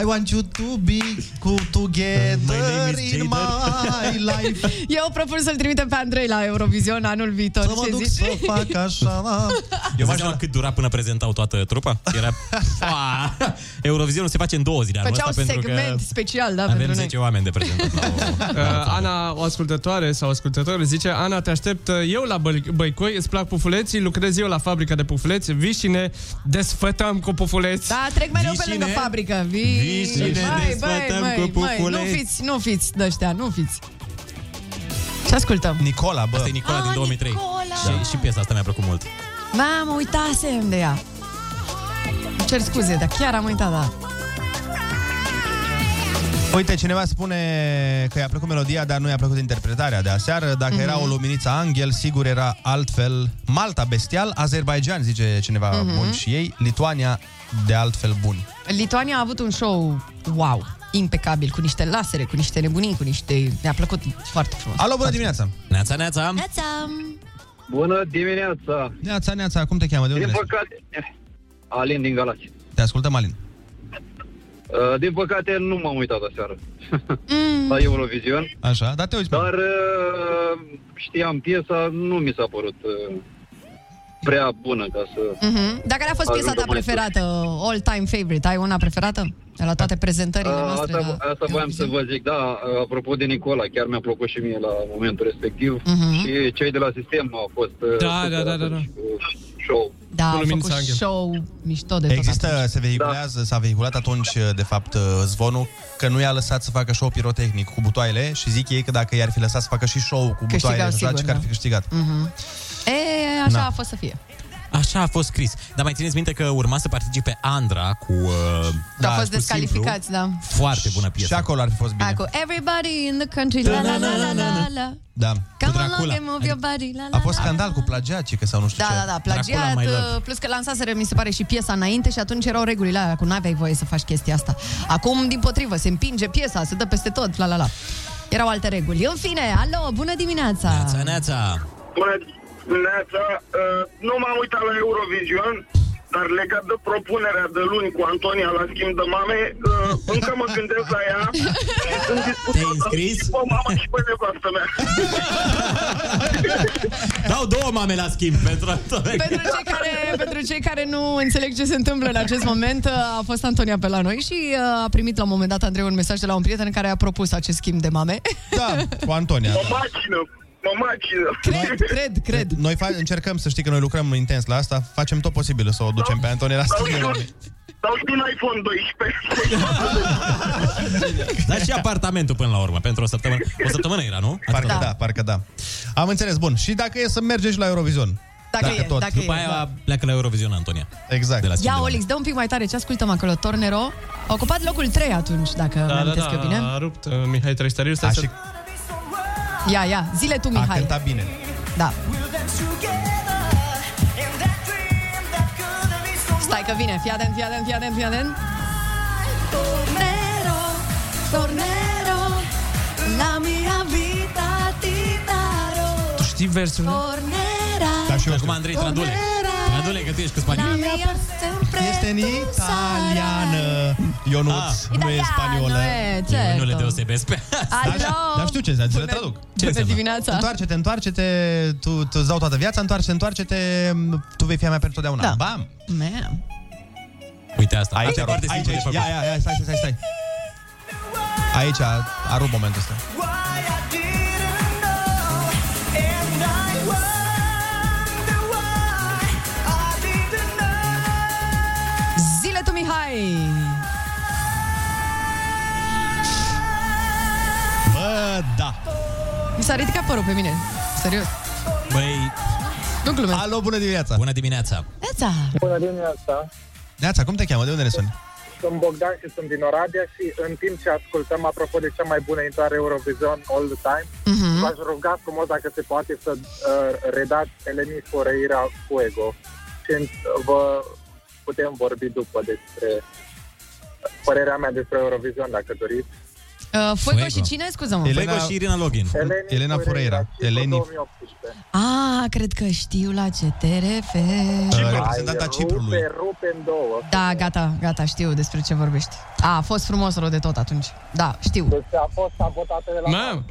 S7: I want you to be cool
S8: Uh,
S7: together
S14: is
S7: in my life.
S9: Eu propun să-l trimitem pe Andrei la Eurovision anul viitor.
S7: Să mă
S9: ce
S7: duc
S9: zici?
S7: să fac așa, da.
S8: Eu mai știu cât dura până prezentau toată trupa. Era... Oa! Eurovizionul se face în două zile. anul
S9: Făceau
S8: ăsta, pentru că
S9: segment special, da,
S8: avem
S9: pentru
S8: 10
S9: noi.
S8: oameni de prezentat. la o-
S10: Uh, Ana, o ascultătoare sau ascultător, zice Ana, te aștept uh, eu la Băl- Băicoi, îți plac pufuleții, lucrez eu la fabrica de pufuleți, vii și ne desfătăm cu pufuleți.
S9: Da, trec mereu pe lângă fabrică. Vii,
S10: Vii și ne desfătăm cu
S9: nu
S10: pufuleți.
S9: fiți, nu fiți de ăștia, nu fiți. Ce ascultăm?
S7: Nicola, bă.
S8: Asta e Nicola
S9: Ah,
S8: din 2003.
S9: Nicola!
S8: Și, și piesa asta mi-a plăcut mult.
S9: Mamă, uitasem de ea. Îmi Cer scuze, dar chiar am uitat, da.
S7: Uite, cineva spune că i-a plăcut melodia, dar nu i-a plăcut interpretarea de aseară. Dacă
S9: Mhm.
S7: era o luminiță angel, sigur era altfel. Malta bestial, Azerbaijan, zice cineva
S9: Mhm.
S7: bun și ei, Lituania de altfel bun.
S9: Lituania a avut un show wow, impecabil, cu niște lasere, cu niște nebunii, cu niște... Mi-a plăcut foarte frumos.
S7: Alo, bună dimineața!
S8: Neața, neața!
S9: Neața!
S21: Bună dimineața!
S7: Neața, neața, cum te cheamă? De unde
S21: Din
S7: ne
S21: păcate... Alin din Galați.
S7: Te ascultăm, Alin.
S21: Uh, Din păcate nu m-am uitat aseară la Eurovision,
S7: Așa, da. dar te uiți.
S21: dar uh, știam piesa, nu mi s-a părut uh, prea bună ca să...
S9: Mhm. Dacă a fost piesa
S21: Ajungem
S9: ta
S21: mai
S9: preferată, all-time favorite, ai una preferată? De la toate prezentările
S21: A, da,
S9: noastre. da.
S21: Asta,
S9: la-
S21: asta voiam să vă zic, da, apropo de Nicola, chiar mi-a plăcut și mie la momentul respectiv
S9: Mhm.
S21: și cei de la sistem au fost uh,
S10: Da,
S21: super
S10: da, da, da, da.
S21: atunci cu show.
S9: Da, a
S7: Luminița
S9: făcut
S7: Angel.
S9: show mișto de tot.
S7: Există, se vehiculează, s-a vehiculat atunci, de fapt, uh, zvonul că nu i-a lăsat să facă show pirotehnic cu butoaile și zic ei că dacă i-ar fi lăsat să facă și show cu
S9: Câștigau
S7: butoaile,
S9: sigur,
S7: că ar
S9: da.
S7: fi câștigat.
S9: Mhm. E, așa
S8: Na.
S9: a fost să fie.
S8: Așa a fost scris. Dar mai țineți minte că urma să participe Andra cu... Uh,
S9: a fost
S8: cu
S9: descalificați,
S8: Simplu.
S9: da.
S8: Foarte bună piesă. Și
S7: acolo ar fi fost
S9: Acu, everybody in the country, la la la la la la.
S7: Da.
S9: Come along and move your body, la la
S7: A fost
S9: la.
S7: scandal cu plagiat, că sau nu știu
S9: Da,
S7: ce.
S9: da, da, plagiat, uh, plus că lansaseră, mi se pare, și piesa înainte și atunci erau regulile alea, cu n-aveai voie să faci chestia asta. Acum, din potrivă, se împinge piesa, se dă peste tot, la la la. Erau alte reguli. În fine, alo, bună dimineața!
S8: Neața, neața.
S22: Bună dimineața! Uh, Nu m-am uitat la Eurovision, dar legat de propunerea de luni cu Antonia la schimb de mame, uh, încă mă gândesc la ea. și Sunt dispus
S8: Te-ai înscris?
S22: Pe mama și pe nevastă mea.
S8: Dau două mame la schimb pentru Antoine.
S9: Pentru cei, care, pentru cei care nu înțeleg ce se întâmplă în acest moment, uh, a fost Antonia pe la noi și uh, a primit la un moment dat, Andrei, un mesaj de la un prieten care a propus acest schimb de mame.
S7: Da, cu Antonia.
S22: Mă macină! Mă macină!
S9: Cred, cred, cred.
S7: Noi fa- încercăm să știi că noi lucrăm intens la asta, facem tot posibilul să o ducem
S22: Da.
S7: pe Antonia la
S22: Dau și
S7: studio.
S22: un- Dau și un iPhone 12.
S8: Dar și apartamentul până la urmă, pentru o săptămână. O săptămână era, nu?
S7: Parcă da. parcă da. Am înțeles, bun. Și dacă e să mergem și la Eurovision.
S9: Dacă e, dacă
S8: După
S9: e,
S8: aia
S9: da.
S8: pleacă la Eurovision, Antonia.
S7: Exact.
S8: De la schimb
S9: Ia,
S8: de
S9: Olix, dă un pic mai tare ce ascultăm acolo. Tornero a ocupat locul 3 atunci, dacă da,
S10: da, da,
S9: mi-amintesc da, eu
S10: da,
S9: bine.
S10: a rupt uh, Mihai Trăistăriu. Stai să...
S9: Ia, ia, zile tu, Mihai.
S7: bine.
S9: Da. Stai că vine, fii atent, fii atent, fii atent, fii atent. Tornero, tornero, la mia vita ti darò.
S10: Tu știi versul?
S9: Tornera,
S8: Da, și eu acum Andrei Tradule. Tradule, că tu ești cu
S9: la
S8: spaniol.
S9: mia sempre
S7: Păi, Este în italiană. uh, Ionuț,
S23: Ah.
S7: nu e spaniolă.
S9: e, certo.
S8: Nu le deosebesc pe
S9: Alo!
S7: Dar știu ce înseamnă, ți le traduc.
S9: Ce Bună înseamnă? dimineața!
S7: Întoarce-te, întoarce-te, tu tu îți dau toată viața, întoarce-te, întoarce-te, tu vei fi a mea pentru totdeauna.
S9: Da.
S7: Bam!
S9: Man.
S8: Uite asta.
S7: Aici,
S8: Asta e
S7: a
S8: foarte
S7: rupt. aici,
S8: simplu
S7: aici,
S8: de
S7: ia,
S8: făcut.
S7: ia, ia, stai, stai, stai, stai. Aici a, a rupt momentul ăsta.
S14: Why I didn't know. And
S9: Hai!
S8: Uh.
S7: Bă, da!
S9: Mi s-a ridicat părul pe mine. Serios.
S23: Băi...
S9: Nu glumesc.
S7: Alo, bună dimineața!
S23: Bună dimineața!
S9: Neața!
S4: Bună dimineața!
S7: Neața, cum te cheamă? De unde ne suni?
S4: Sunt Bogdan și sunt din Oradea și în timp ce ascultăm, apropo de cea mai bună intrare Eurovision all the time,
S18: Mhm.
S4: v-aș ruga frumos dacă se poate să uh, redați Eleni Foreira Fuego când uh, vă putem vorbi după despre uh, părerea mea despre Eurovision, dacă doriți.
S9: Uh, Fuego și cine? Scuză-mă.
S7: Păi,
S23: Login.
S7: Eleni, Elena Foreira. Eleni,
S9: Ah, cred că știu la ce te referi.
S7: uh, reprezentanta Ciprului.
S4: Rupe în două.
S9: Da, gata, gata, știu despre ce vorbești. A, a fost frumos rău de tot atunci. Da, știu.
S4: Deci a fost sabotată de la
S10: Mam,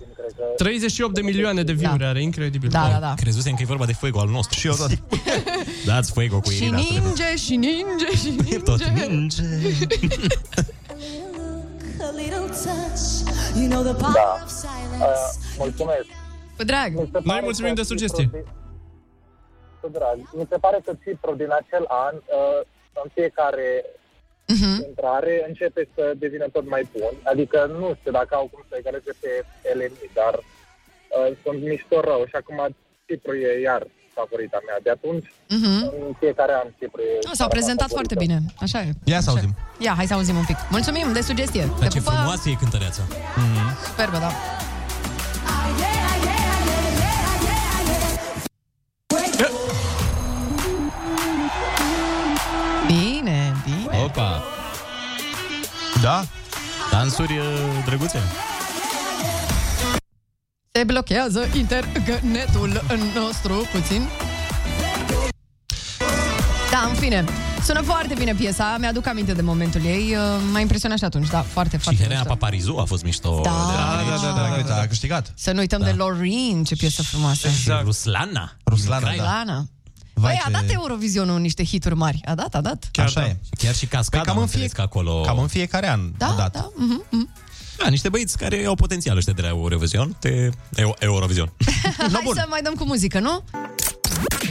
S10: 38 de milioane de view-uri are, incredibil.
S9: Da, da, da.
S23: Crezusem că e vorba de Fuego al nostru. Și eu tot. Dați Fuego cu
S9: Și
S7: da,
S23: Irina. să vedem.
S9: ninge, și ninge, și ninge.
S23: Tot ninge.
S4: Da. Uh, mulțumesc.
S9: Cu drag.
S4: Noi mulțumim de sugestie. Cu drag. Mi se pare că Cipru din acel an, uh, în fiecare uh-huh. intrare, începe să devină tot mai bun. Adică nu știu dacă au cum să egaleze pe Eleni, dar uh, sunt mișto rău și acum Cipru e iar favorita mea. De atunci,
S9: Mhm.
S4: în fiecare an Cipru e...
S9: Nu, s-au prezentat foarte bine. Așa e.
S7: Ia să auzim.
S9: Ia, hai să auzim un pic. Mulțumim de sugestie. Te
S23: Dar ce
S9: pupăm.
S23: frumoasă e cântăreața.
S7: Mhm.
S9: Superbă, da. Bine, bine.
S23: Opa.
S7: Da?
S23: Dansuri uh, drăguțe.
S9: Se blochează internetul în nostru puțin. Da, în fine. Sună foarte bine piesa, mi-aduc aminte de momentul ei. Uh, M-a impresionat și atunci, da, foarte,
S23: Și
S9: foarte
S23: Helena
S9: mișto.
S23: Paparizu a fost mișto.
S9: Da.
S23: de la
S7: Da, da, da, da, da, a câștigat.
S9: Să nu uităm de Lorin, ce piesă frumoasă.
S23: Exact. Ruslana. Ruslana,
S7: da.
S23: da.
S9: Lana.
S23: Vai,
S9: Băi, a
S23: ce-
S9: dat Eurovisionul niște hituri mari. A dat, a dat.
S23: Chiar Așa da. e. Chiar și cascada, păi cam, în fie... că acolo... cam în
S7: fiecare an
S9: Da, da. mhm, mhm.
S23: Da, niște băieți care au potențial ăștia de la Eurovision. Te... Eu, Eurovision.
S9: Hai să mai dăm cu muzică, nu?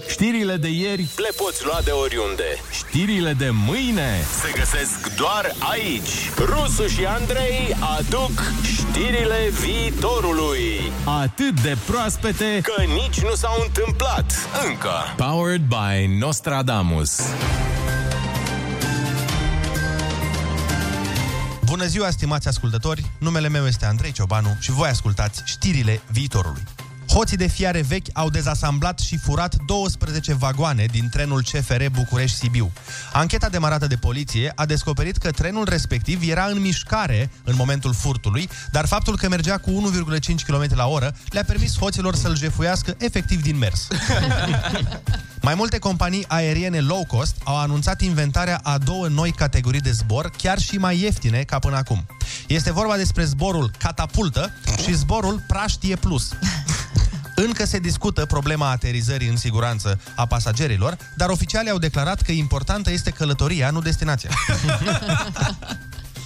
S24: Știrile de ieri
S6: Le poți lua de oriunde.
S24: Știrile de mâine
S6: Se găsesc doar aici. Rusu și Andrei aduc știrile viitorului.
S24: Atât de proaspete
S6: Că nici nu s-au întâmplat încă.
S24: Powered by Nostradamus
S7: Bună ziua, stimați ascultători! Numele meu este Andrei Ciobanu și voi ascultați știrile viitorului. Hoții de fiare vechi au dezasamblat și furat 12 vagoane din trenul CFR București-Sibiu. Ancheta demarată de poliție a descoperit că trenul respectiv era în mișcare în momentul furtului, dar faptul că mergea cu 1,5 km la oră le-a permis hoților să-l jefuiască efectiv din mers. Mai multe companii aeriene low cost au anunțat inventarea a două noi categorii de zbor, chiar și mai ieftine ca până acum. Este vorba despre zborul catapultă și zborul praștie plus. Încă se discută problema aterizării în siguranță a pasagerilor, dar oficialii au declarat că importantă este călătoria, nu destinația.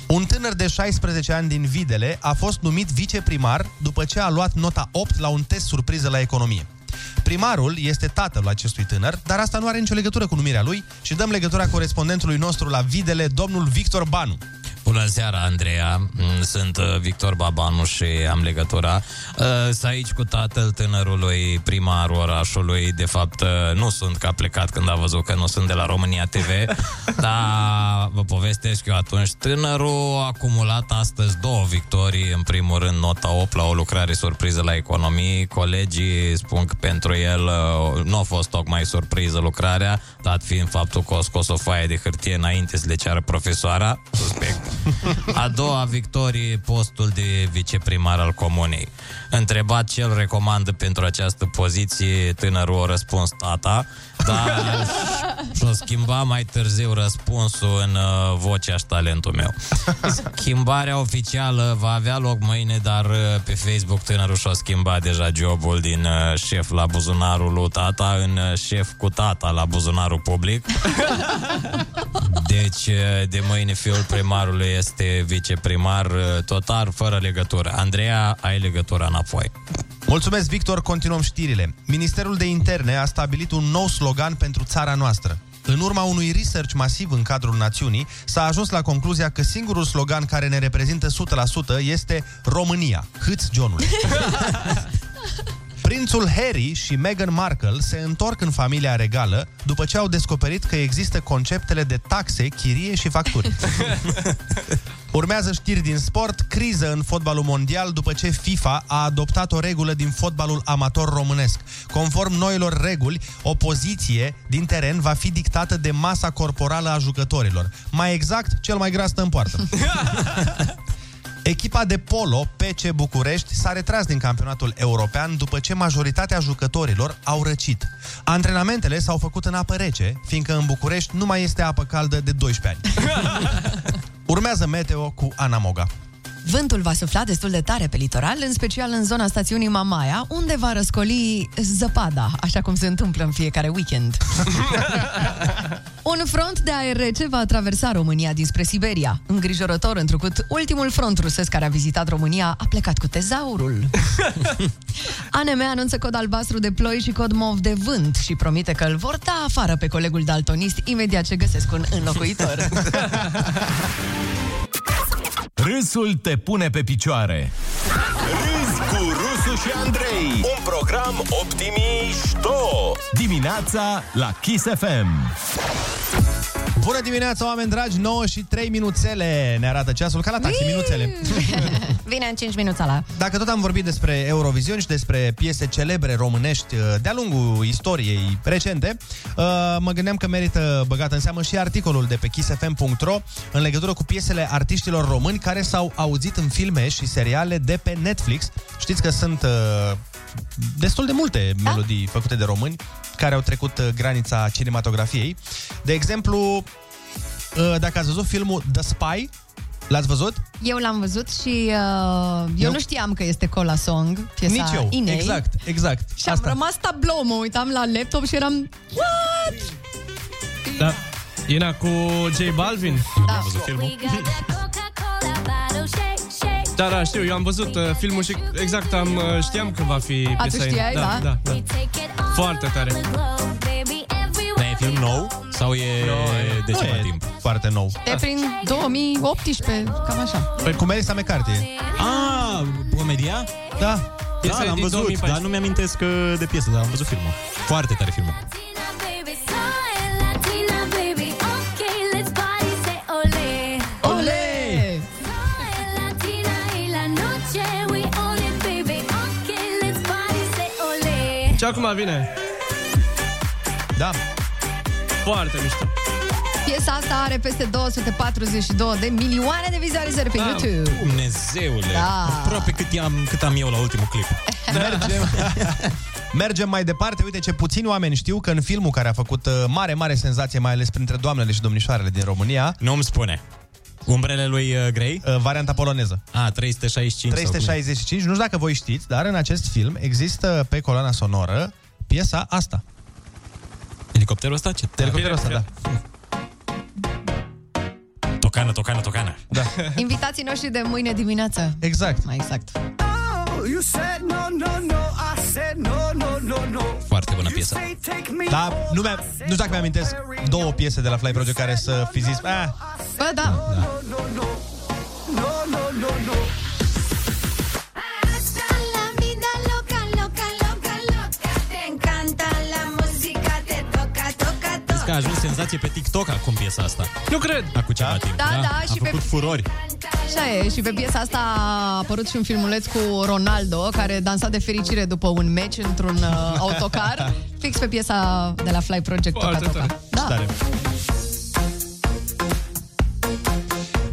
S7: Un tânăr de 16 ani din Videle a fost numit viceprimar după ce a luat nota 8 la un test surpriză la economie. Primarul este tatăl acestui tânăr, dar asta nu are nicio legătură cu numirea lui și dăm legătura corespondentului nostru la Videle, domnul Victor Banu.
S23: Bună seara, Andreea. Mm, Sunt uh, Victor Babanu și am legătura. Uh, Sunt aici cu tatăl tânărului primar orașului. De fapt, uh, nu sunt că a plecat când a văzut că nu sunt de la România TV. Dar vă povestesc eu atunci. Tânărul a acumulat astăzi două victorii. În primul rând, nota 8 la o lucrare surpriză la economii. Colegii spun că pentru el uh, nu a fost tocmai surpriză lucrarea, dat fiind faptul că a scos o foaie de hârtie înainte să le ceară profesoara. A doua victorie, postul de viceprimar al comunei. Întrebat ce îl recomandă pentru această poziție, tânărul a răspuns tata, dar și-o schimba mai târziu răspunsul în uh, vocea și talentul meu. Schimbarea oficială va avea loc mâine, dar uh, pe Facebook tânărul și-a schimbat deja jobul din uh, șef la buzunarul lui tata în uh, șef cu tata la buzunarul public. Deci, de mâine fiul primarului este viceprimar uh, total, fără legătură. Andreea, ai legătura înapoi.
S7: Mulțumesc, Victor. Continuăm știrile. Ministerul de Interne a stabilit un nou slogan pentru țara noastră. În urma unui research masiv în cadrul națiunii, s-a ajuns la concluzia că singurul slogan care ne reprezintă 100% este România, hâți Johnul. Prințul Harry și Meghan Markle se întorc în familia regală după ce au descoperit că există conceptele de taxe, chirie și facturi. Urmează știri din sport, criză în fotbalul mondial după ce FIFA a adoptat o regulă din fotbalul amator românesc. Conform noilor reguli, o poziție din teren va fi dictată de masa corporală a jucătorilor. Mai exact, cel mai gras stă în poartă. Echipa de polo PC București s-a retras din campionatul european după ce majoritatea jucătorilor au răcit. Antrenamentele s-au făcut în apă rece, fiindcă în București nu mai este apă caldă de 12 ani. Urmează Meteo cu Ana Moga.
S9: Vântul va sufla destul de tare pe litoral, în special în zona stațiunii Mamaia, unde va răscoli zăpada, așa cum se întâmplă în fiecare weekend. Un front de aer rece va traversa România dinspre Siberia. Îngrijorător, întrucât ultimul front rusesc care a vizitat România a plecat cu tezaurul. ANM anunță cod albastru de ploi și cod mov de vânt și promite că îl vor da afară pe colegul daltonist imediat ce găsesc un înlocuitor.
S6: Râsul te pune pe picioare.
S19: Râzi cu Rusu și Andrei. Un program optimișto.
S6: Dimineața la Kiss FM.
S7: Bună dimineața, oameni dragi! 9 și 3 minuțele ne arată ceasul, ca la taxi, minuțele.
S9: Vine în 5 minuța la.
S7: Dacă tot am vorbit despre Eurovision și despre piese celebre românești uh, de-a lungul istoriei recente, uh, mă gândeam că merită băgat în seamă și articolul de pe kissfm.ro în legătură cu piesele artiștilor români care s-au auzit în filme și seriale de pe Netflix. Știți că sunt uh, destul de multe
S9: Da.
S7: melodii făcute de români care au trecut uh, granița cinematografiei. De exemplu, uh, dacă ați văzut filmul The Spy, l-ați văzut?
S9: Eu l-am văzut și uh, eu,
S7: Eu-
S9: eu nu știam că este Cola Song, piesa
S7: Nici eu.
S9: Inei.
S7: Exact, exact.
S9: Și am Asta. rămas tablou, mă uitam la laptop și eram... What?
S10: Da. Ina cu J Balvin. Da. Am văzut filmul. Da, da, știu, eu am văzut uh, filmul și exact am, uh, știam că va fi
S9: A, tu
S10: piesa Ina.
S9: știai, da?
S10: da, da. Foarte tare.
S9: oh,
S8: Dar e film nou sau e de
S7: Nu
S8: ceva
S7: e
S8: timp?
S7: Foarte nou.
S23: Da.
S9: De prin 2018, cam așa.
S7: Păi cu Melissa McCarthy.
S8: Ah, comedia?
S7: Da.
S8: Da, l-am văzut, dar nu mi-amintesc uh, de piesă, dar am văzut filmul. Foarte tare filmul.
S9: Ole!
S10: Și acum vine.
S7: Da.
S10: Foarte mișto.
S9: Piesa asta are peste 242 de milioane de vizualizări pe YouTube.
S8: Da. Dumnezeule!
S9: Păi Da.
S8: Aproape cât am, cât am eu la ultimul clip. Da.
S7: Mergem. Mergem mai departe. Uite ce puțini oameni știu că în filmul care a făcut uh, mare, mare senzație, mai ales printre doamnele și domnișoarele din România...
S8: Nu îmi spune. Umbrele lui uh, Grey?
S7: Uh, varianta poloneză.
S8: A, 365. sau cum e?
S7: 365, nu știu dacă voi știți, dar în acest film există pe coloana sonoră piesa asta.
S8: Elicopterul ăsta? Ce?
S7: Elicopterul ăsta, da.
S8: Tocană, tocană, tocană.
S7: Da.
S9: Invitații noștri de mâine dimineață.
S7: Exact.
S9: Mai exact.
S14: You said no, no, no, I said no, no, no, no.
S8: Foarte bună piesă.
S7: Da, nu, mi-a, nu știu dacă mi-amintesc două piese de la Fly Project care să fi zis... Ah,
S9: Bă, da.
S8: Vezi că a ajuns senzație pe TikTok acum piesa asta.
S10: Nu cred.
S8: Acum ceva timp.
S9: Da, da,
S8: a
S9: și pe-
S8: făcut furori.
S9: Așa e, și pe piesa asta a apărut și un filmuleț cu Ronaldo, care dansa de fericire după un meci într-un uh, autocar, fix pe piesa de la Fly Project Toca
S7: Foarte
S9: Toca.
S7: tare. Tare.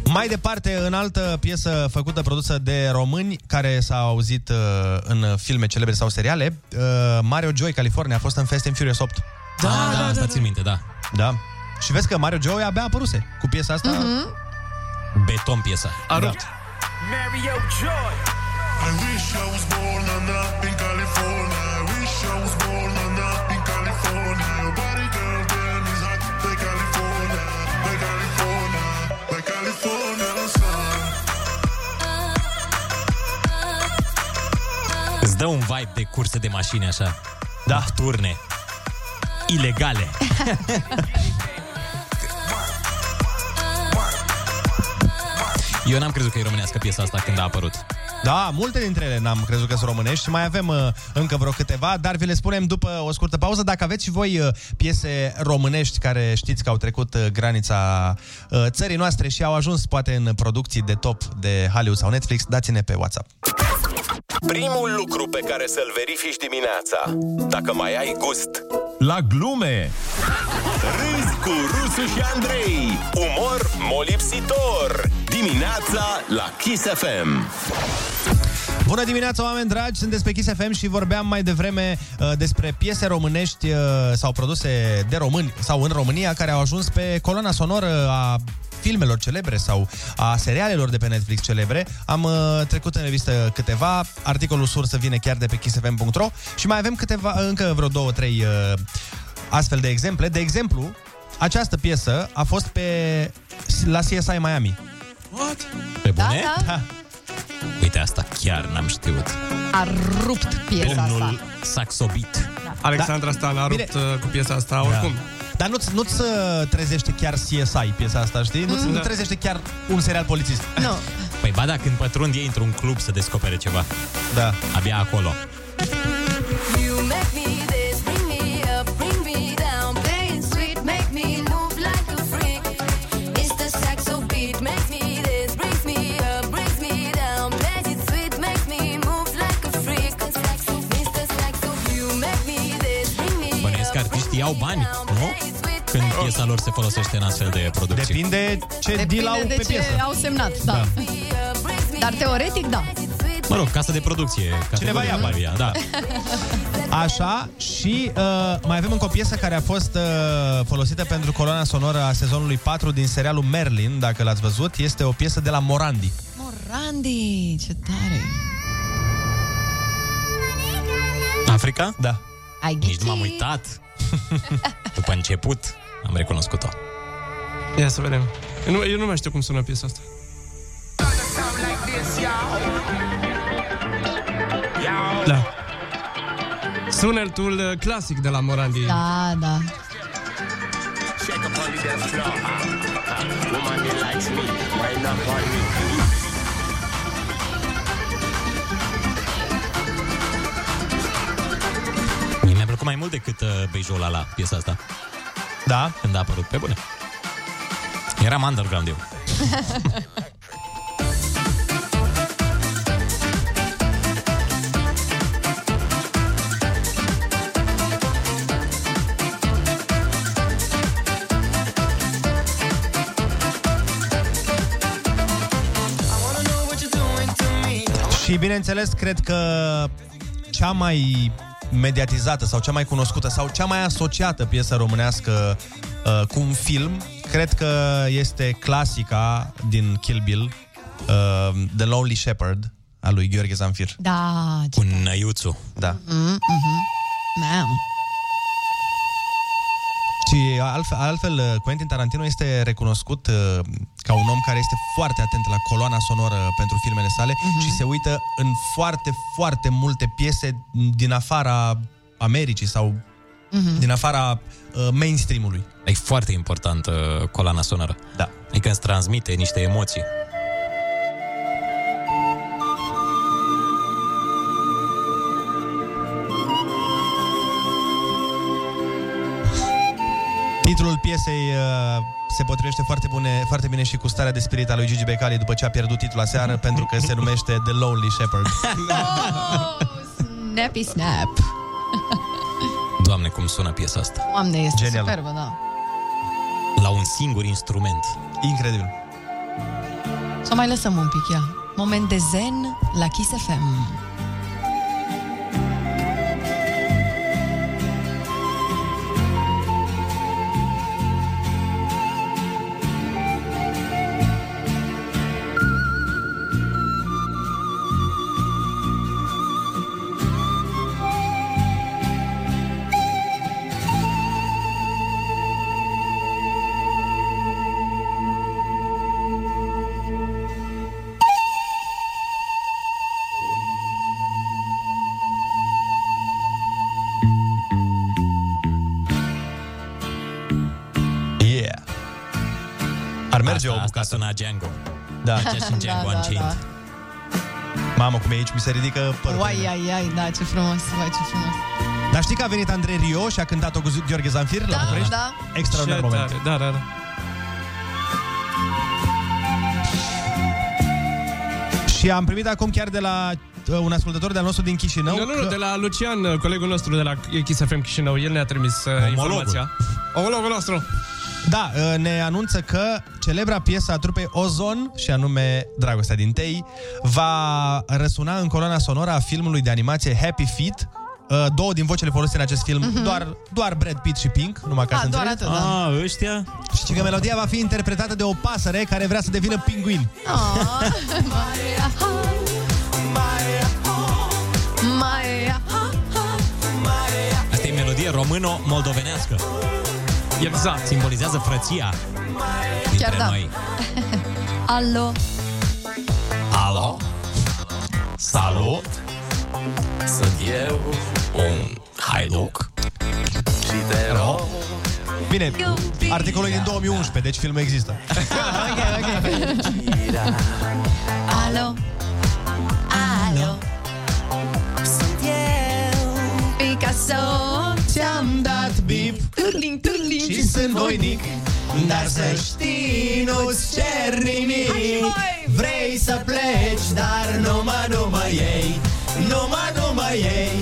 S7: Mai departe, în altă piesă făcută, produsă de români, care s-a auzit uh, în filme celebre sau seriale, uh, Mario Joy, California, a fost în Fast and Furious 8.
S8: Da, da, da, asta țin minte, da.
S7: Da. Și vezi că Mario Joy abia apăruse cu piesa asta.
S8: Mhm.
S7: Da.
S8: Beton piesa.
S7: A rupt.
S14: Mario Joy. I wish I was born and up in California. I wish I was born and up in California. Your body girl then is hot by California, by California, by California sun.
S8: Îți dă un vibe de curse de mașini așa. Da. Turne. Ilegale. Eu n-am crezut că e românească piesa asta când a apărut.
S7: Da, multe dintre ele n-am crezut că sunt românești și mai avem uh, încă vreo câteva, dar vi le spunem după o scurtă pauză. Dacă aveți și voi uh, piese românești care știți că au trecut uh, granița uh, țării noastre și au ajuns poate în producții de top de Hollywood sau Netflix, dați-ne pe WhatsApp.
S19: Primul lucru pe care să-l verifici dimineața, dacă mai ai gust.
S7: Da,
S6: La glume!
S19: Râzi cu Rusu și Andrei. Umor molipsitor. Dimineața la Kiss FM.
S7: Bună dimineața, oameni dragi! Sunteți pe Kiss FM și vorbeam mai devreme uh, despre piese românești uh, sau produse de români sau în România care au ajuns pe coloana sonoră a filmelor celebre sau a serialelor de pe Netflix celebre. Am uh, trecut în revistă câteva, articolul sursă vine chiar de pe kissfm.ro și mai avem câteva, încă vreo două, trei uh, astfel de exemple. De exemplu, această piesă a fost pe la CSI Miami.
S9: What?
S8: Pe bune?
S9: Da, da.
S8: Uite, asta chiar n-am știut.
S9: A rupt piesa
S8: Domnul
S9: asta.
S8: Saxobit.
S10: Alexandra
S7: Da.
S10: Stan a rupt
S7: Bine.
S10: uh, cu piesa asta oricum.
S7: Da. Dar nu-ți, nu-ți uh, trezește chiar CSI piesa asta, știi?
S10: Da.
S7: Nu-ți,
S8: Mm.
S7: nu trezește chiar un serial polițist.
S9: Nu.
S8: Păi ba da, când pătrund ei într-un club să descopere ceva.
S7: Da.
S8: Abia acolo.
S14: You make me this, bring me up, bring me down. Playing sweet, make me move like a freak. It's the saxo beat, make me this, bring me up, bring me down. Playing sweet, make me move like a freak. The saxo, it's the saxo. You make me this, bring me
S8: Bănuiesc că artiștii iau bani, nu? Când piesa lor se folosește în astfel de producții.
S7: Depinde ce
S9: Oh. Depinde de ce au semnat, da. Dar teoretic, da.
S8: Mă rog, casa de producție.
S7: Cineva ia bani.
S8: Ia, da.
S7: Așa, și uh, mai avem încă o piesă care a fost uh, folosită pentru coloana sonoră a sezonului 4 din serialul Merlin, dacă l-ați văzut. Este o piesă de la Morandi.
S9: Morandi, ce tare.
S8: Africa?
S7: Da.
S9: Ai
S8: Nici nu m-am uitat. După început am recunoscut-o.
S10: Ia să vedem. Eu nu, eu nu mai știu cum sună piesa asta. Da. Sunetul uh, clasic de la Morandi.
S9: Da, da.
S8: Mie mi-a plăcut mai mult decât uh, Beijola la piesa asta.
S7: Da?
S8: Când a apărut, pe bune. Eram underground eu.
S7: Și bineînțeles, cred că cea mai mediatizată sau cea mai cunoscută sau cea mai asociată piesă românească uh, cu un film, cred că este clasica din Kill Bill, uh, The Lonely Shepherd, a lui Gheorghe Zanfir.
S9: Da, ce...
S8: Un năiuțu.
S7: Da.
S9: Mm, mhm. Mam.
S7: Și altfel, altfel, uh, Quentin Tarantino este recunoscut uh, ca un om care este foarte atent la coloana sonoră pentru filmele sale
S9: Mhm.
S7: uh-huh. și se uită în foarte, foarte multe piese din afara Americii sau
S8: Mhm.
S7: uh-huh. din afara uh, mainstream-ului.
S8: E foarte important uh, coloana sonoră.
S7: Da.
S8: Adică îți transmite niște emoții.
S7: Titlul piesei uh, se potrivește foarte, bune, foarte bine și cu starea de spirit a lui Gigi Becali după ce a pierdut titlul aseară pentru că se numește The Lonely Shepherd.
S9: Snappy Oh, snap.
S8: Doamne, cum sună piesa asta.
S9: Oamne, este
S8: Genial.
S9: superbă, da.
S8: La un singur instrument.
S7: Incredibil.
S9: Să o mai lăsăm un pic, ia. Moment de zen la Kiss FM.
S7: Yeah. Ar merge
S8: asta,
S7: o
S8: asta suna Django.
S7: Da.
S9: Just in Da, Django da, Unchained.
S7: Mamă, cum e aici, mi se ridică părul. pe
S9: Uai, ai, ai, da, ce frumos, uai, ce frumos.
S7: Dar știi că a venit Andrei Rio și a cântat-o cu Z- Gheorghe Zanfir la
S9: Da,
S7: București?
S9: da.
S7: Extraordinar
S10: Ce
S7: moment.
S10: tare, Da, da, da.
S7: Și am primit acum chiar de la uh, un ascultător de-al nostru din Chișinău.
S10: Nu, nu, nu, de la Lucian, uh, colegul nostru de la Kiss FM Chișinău, el ne-a trimis uh,
S7: Omologul.
S10: informația. Omologul nostru.
S7: Da, uh, ne anunță că celebra piesă a trupei Ozon, și anume Dragostea din Tei, va răsuna în coloana sonoră a filmului de animație Happy Feet, Uh, două din vocele folosite în acest film,
S9: Mhm.
S7: mm-hmm. doar, doar Brad Pitt și Pink, numai ca
S9: A,
S7: să
S9: doar
S7: înțelegi.
S9: atât, da.
S7: A, ăștia? Și zice că melodia va fi interpretată de o pasăre care vrea să devină pinguin.
S9: Ah, Maria, ha, Maria, ha, Maria, ha, ha.
S8: Asta e melodie româno-moldovenească.
S10: Exact.
S8: Simbolizează frăția.
S9: Chiar da.
S8: noi.
S9: Alo,
S8: Alo? Salut! Sunt eu, un haiduc. Și te rog.
S7: Bine, articolul e din 2011, deci filmul există.
S9: ok, ok. Alo, alo, sunt eu, Picasso. Ți-am dat bip, turling, turling,
S14: Și sunt voinic.
S7: Dar
S14: să știi, nu-ți cer nimic Vrei să pleci, dar numai, numai ei Numai, numai ei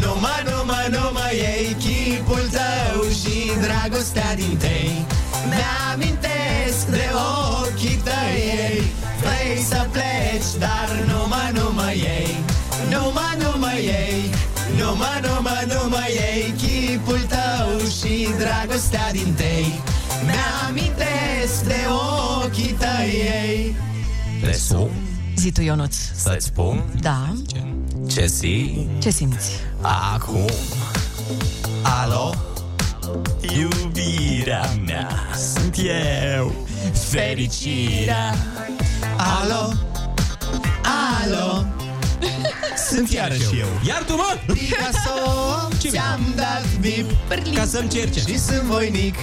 S14: Numai, numai, numai ei Chipul tău și dragostea din tei Mi-amintesc de ochii tăi Vrei să pleci, dar numai, numai ei Numai, numai ei Numai, numai, numai ei Chipul tău și dragostea din tei Mi-amintesc de ochii tăi ei
S8: Te sun
S9: Zi tu, Ionuț.
S8: să-ți spun
S9: Da,
S8: ce simt
S9: ce simți?
S8: acum. Alo? Iubirea mea sunt eu. Fericirea.
S14: Alo, alo
S8: Sunt iarăși eu. Iar tu, mă!
S14: Picasso, ți-am dat bip
S8: Ca să-mi cerce.
S14: Și sunt voinic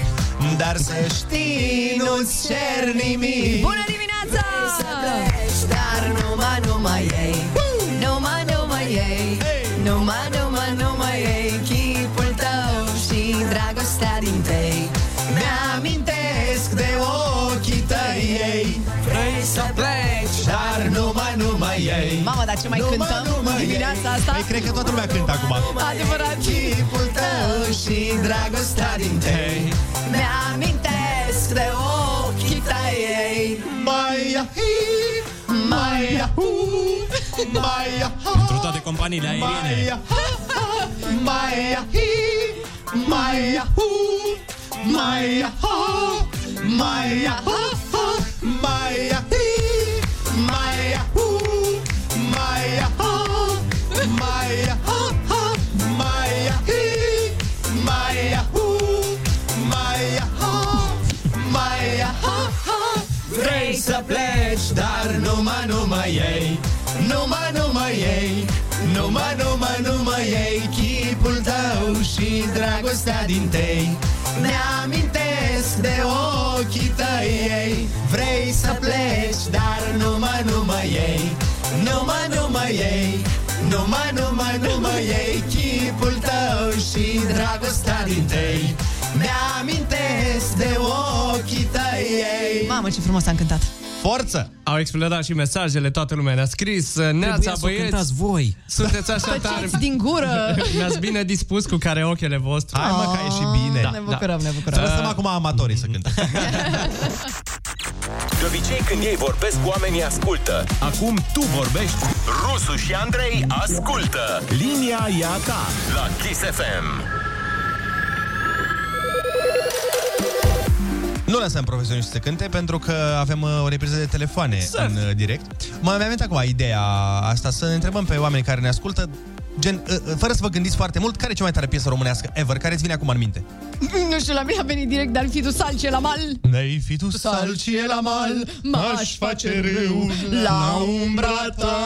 S14: Dar să știi, nu-ți cer nimic
S9: Bună dimineața!
S14: Vrei să pleci, dar numai, numai ei
S9: Numai, numai ei Numai, numai, numai ei Chipul tău și dragostea din tei
S14: Mi-amintesc de ochii tăi ei Vrei să pleci, dar numai, numai ei
S9: Mamă, dar ce mai
S14: Numai,
S9: cântăm
S14: numai
S9: dimineața
S14: ei.
S9: asta?
S14: Păi,
S7: cred că toată lumea cântă acum.
S9: Adevărat
S14: Chipul tău și dragostea din tei Mi-amintesc de ochii tăi ei Mai ahi, mai ahu, mai aha
S8: Pentru toate companiile aeriene.
S14: Maia, Maia, Maia, Maia, Maia, Maia, Maia, Maia, Maia, Maia, Maia, Maia, Maia, Vrei să pleci, dar numai, numai ei Numai, numai ei Numai, numai, numai ei Chipul tău și dragostea din tei Mi-amintesc de ochii tăi ei Vrei să pleci, dar numai, numai ei Numai, numai ei Numai, numai, numai ei Chipul tău și dragostea din tei Mi-amintesc de ochii tăi ei
S9: Mamă, ce frumos am cântat
S7: Forță!
S10: Au explodat și mesajele, toată lumea ne-a scris.
S8: Trebuia
S10: Neața,
S8: să o
S10: băieți!
S8: cântați voi!
S10: Sunteți așa tare!
S9: Tăceți din gură
S10: Mi-ați bine dispus cu careochele vostru.
S7: Hai mă, că e și bine.
S10: Da,
S7: Ne
S9: bucurăm, ne bucurăm.
S7: Să lăsăm acum amatorii să cânte.
S19: De obicei când ei vorbesc, oamenii ascultă. Acum tu vorbești. Rusu și Andrei ascultă. Linia e a ta la Kiss FM.
S7: Nu lăsăm profesioniști să cânte pentru că avem uh, o repriză de telefoane exact. în uh, direct. Mă mi-am venit acum ideea asta să ne întrebăm pe oamenii care ne ascultă Gen, uh, uh, fără să vă gândiți foarte mult, care e cea mai tare piesă românească ever? Care îți vine acum în minte?
S9: Nu știu, la mine a venit direct Dar fi tu salce la mal
S7: Nei fi tu
S9: Salcie la mal M-aș face
S7: râu
S9: La umbra ta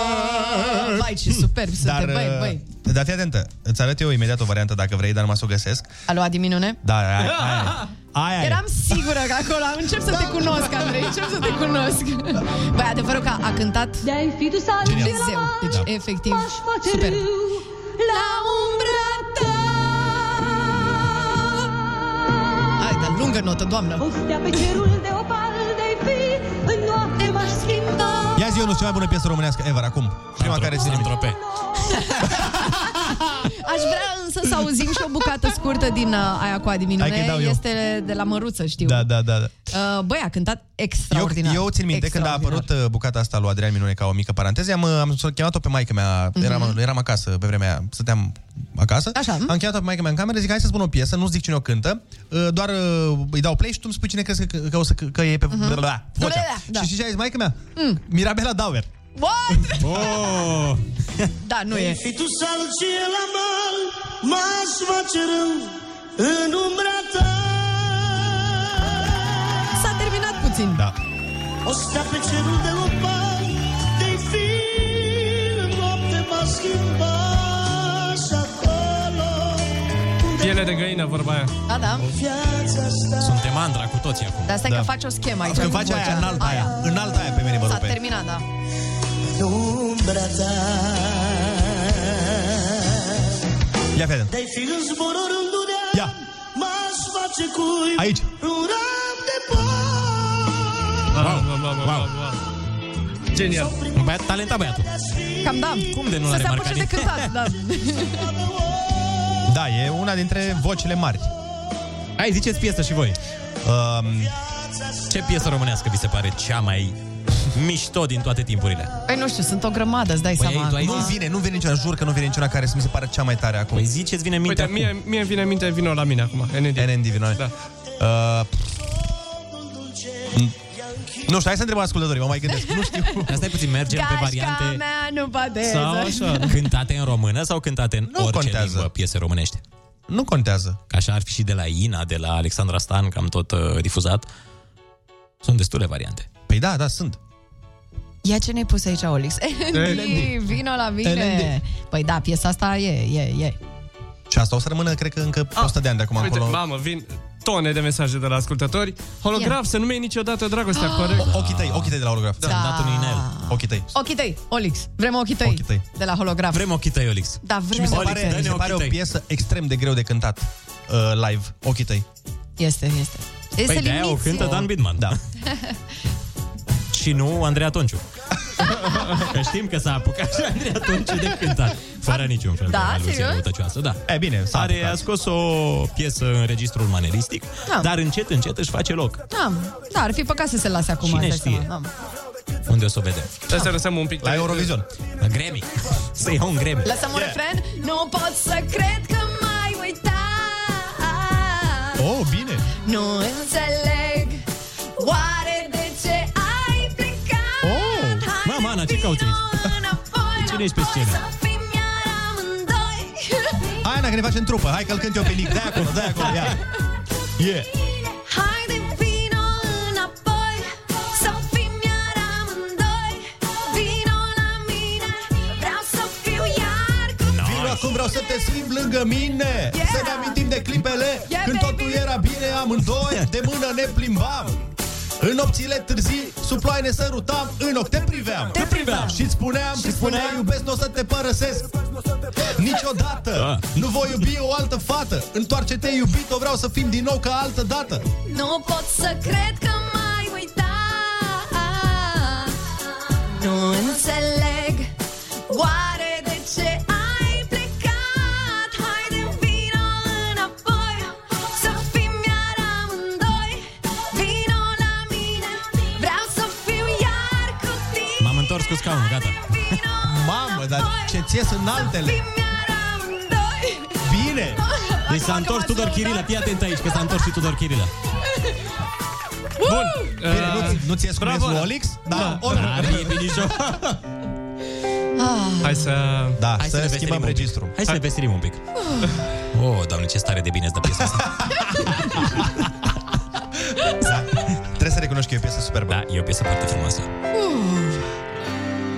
S9: Vai, ce superb
S7: Dar,
S9: suntem, băi, băi
S7: uh, dar fii atentă, îți arăt eu imediat o variantă dacă vrei, dar numai să o găsesc.
S9: A luat diminune?
S7: Da, aia, aia.
S8: Aia
S9: Eram sigură că acolo încep să te cunosc, Andrei, încep să te cunosc. Băi, adevărul că a cântat De-ai fi dus Dumnezeu. Deci,
S7: Da.
S9: efectiv, super. La umbra ta Ai, dar lungă notă, doamnă. O stea pe cerul de opal de fi în noapte m-aș schimba.
S7: Ia zi, Ionuț, cea mai bună piesă românească ever, acum. Prima care ține minte.
S9: Aș vrea însă să auzim și o bucată scurtă din uh, aia cu Adi
S7: Hai
S9: Minune.
S7: că dau eu.
S9: Este de la Măruță, știu.
S7: Da, da, da. da.
S9: Uh, Băi, a cântat
S7: Eu,
S9: extraordinar.
S7: eu țin minte când a apărut uh, bucata asta lui Adrian Minune ca o mică paranteză, am, uh, am s- chemat-o pe maica mea,
S9: Mhm.
S7: eram, eram acasă pe vremea aia, stăteam acasă, Așa. am chemat-o pe maica mea în cameră, zic hai să spun o piesă, nu zic cine o cântă, uh, doar uh, îi dau play și tu îmi spui cine crezi că, că, o să, că e pe
S9: Mhm.
S7: mm-hmm. vocea.
S9: Da.
S7: Și știi ce a zis maica mea? Mm. Mirabela Dauer.
S9: What?
S7: Oh!
S9: Da, nu e.
S14: Fi tu salcie la mal, m-aș face rău în umbra ta.
S9: S-a terminat puțin.
S7: Da.
S14: O stea pe cerul de opal, de fi în noapte m-a schimbat și acolo.
S10: Piele de găină, vorba aia.
S9: Da, da.
S8: Suntem andra cu toții acum.
S9: Dar stai da. că faci o schemă aici.
S8: Când
S9: cu
S8: faci aia,
S9: vocea.
S8: înaltă aia.
S7: Înalta aia pe mine mă
S9: S-a
S7: rupe.
S9: terminat, da.
S14: Umbra ta.
S7: Ia fii atent.
S14: De-ai fi în zborul în Dunăre, M-aș face cuib
S7: Aici.
S14: Un ram de pom
S8: Wow, wow, wow, wow.
S10: Genial.
S8: Un băiat talentat, băiatul.
S9: Cam da.
S8: Cum de nu
S9: Să
S8: l-a
S9: se
S8: remarcat?
S9: apuce de cântat, da.
S7: Da, e una dintre vocile mari.
S8: Hai, ziceți piesă și voi.
S7: Um,
S8: ce piesă românească vi se pare cea mai mișto din toate timpurile? Păi,
S9: Păi nu știu, sunt o grămadă, îți dai seama.
S7: nu vine, nu vine niciuna, jur că nu vine niciuna care să mi se pare cea mai tare acum. Păi
S8: ziceți, vine
S10: Uite, mie, mie îmi vine minte, vino la mine acum. NND.
S7: NND, vino. Da. Uh, nu știu, hai să întrebăm ascultătorii, mă mai gândesc. Nu știu.
S8: Asta e puțin, mergem pe variante
S9: Gașca mea nu badeză.
S8: sau așa, cântate în română sau cântate în nu orice contează. limbă piese românești.
S7: Nu contează.
S8: Așa ar fi și de la Ina, de la Alexandra Stan, cam tot uh, difuzat. Sunt destule variante.
S7: Păi da, da, sunt.
S9: Ia ce ne-ai pus aici, Olix.
S7: LND.
S9: LND, vino la mine.
S7: LND.
S9: Păi da, piesa asta e, e, e.
S7: Și asta o să rămână, cred că, încă 100 de ani de acum
S10: Ah. Uite,
S7: încolo.
S10: mamă, vin tone de mesaje de la ascultători. Holograf,
S9: Ia.
S10: să nu iei niciodată dragostea, corect?
S7: O- ochii tăi, ochii tăi de la holograf.
S9: Da. Ți-am dat un inel.
S7: Ochii tăi.
S9: Ochii tăi, Olix. Vrem ochii tăi. Ochii
S7: tăi.
S9: De la holograf.
S8: Vrem ochii tăi, Olix.
S9: Da,
S7: Și
S9: vrem
S7: mi se
S9: ochii
S7: pare,
S9: tăi.
S7: mi se pare o piesă extrem de greu de cântat uh, live, ochii tăi.
S9: Este, este. Este
S8: păi de-aia o
S9: limiți.
S8: cântă Dan Bidman. Da. și nu Andreea Tonciu. că știm că s-a apucat și Andreea Tonciu de cântat. Fără niciun fel
S9: Da,
S8: de aluzie
S9: serios?
S8: răutăcioasă. Da.
S7: E bine, s-a
S8: Are,
S7: apucat.
S8: a scos o piesă în registrul maneristic,
S9: Da.
S8: dar încet, încet își face loc.
S9: Da, da, ar fi păcat să se lase acum.
S8: Cine
S9: îți dai
S8: știe?
S9: seama, da.
S8: Unde o să o vedem?
S10: Trebuie să lăsăm un pic
S8: La Eurovision. La Grammy. Să iau un Grammy.
S9: Lăsăm un refren. Nu pot să cred că m-ai uitat.
S7: Oh, bine.
S9: Nu înțeleg Oare de ce ai plecat
S8: Oh! Mama, Ana, ce cauți aici? Cine ești pe scenă?
S7: Hai, Ana, că ne facem trupă. Hai că-l cânt eu pe Nic. Dai acolo, dai acolo, ia. Yeah.
S14: Haide, vino înapoi Să fim iar amândoi Vino la mine Vreau să fiu iar cu
S7: Vino acum, vreau să te schimb lângă mine
S14: Yeah!
S7: Să ne amintim de clipele
S14: Yeah,
S7: Când
S14: baby!
S7: totul era bine amândoi De mână ne plimbam în nopțile târzii, sub ploaie ne sărutam În ochi te priveam, te priveam. Și spuneam, și spuneam Iubesc, nu o să te părăsesc Niciodată
S8: Da.
S7: Nu voi iubi o altă fată Întoarce-te iubito, vreau să fim din nou ca altă dată
S14: Nu pot să cred că m-ai uitat Nu înțeleg Oare de ce ai plecat? Haide, vino înapoi Să fim iar amândoi Vino la mine Vreau să fiu iar cu tine
S8: M-am întors cu scaunul, gata.
S7: Mamă, dar ce ți ies în altele Bine
S8: Deci s-a întors Tudor Chirilă. Fii atent aici, că s-a întors și Tudor Chirilă.
S7: Bun. Bine, nu, nu ți ies cum
S10: Bravo,
S7: ies lui
S10: Ana.
S7: Olix? Da,
S10: Da.
S7: Olix.
S10: Da, bine,
S9: Ah.
S10: Hai să...
S7: Da,
S8: Hai să,
S7: schimbăm
S8: ne veselim un pic.
S7: registrul.
S8: Hai să ne veselim un pic. Oh, doamne, ce stare de bine îți dă piesa asta.
S7: Da. Trebuie să recunoști că e o piesă superbă.
S8: Da, e o piesă foarte frumoasă.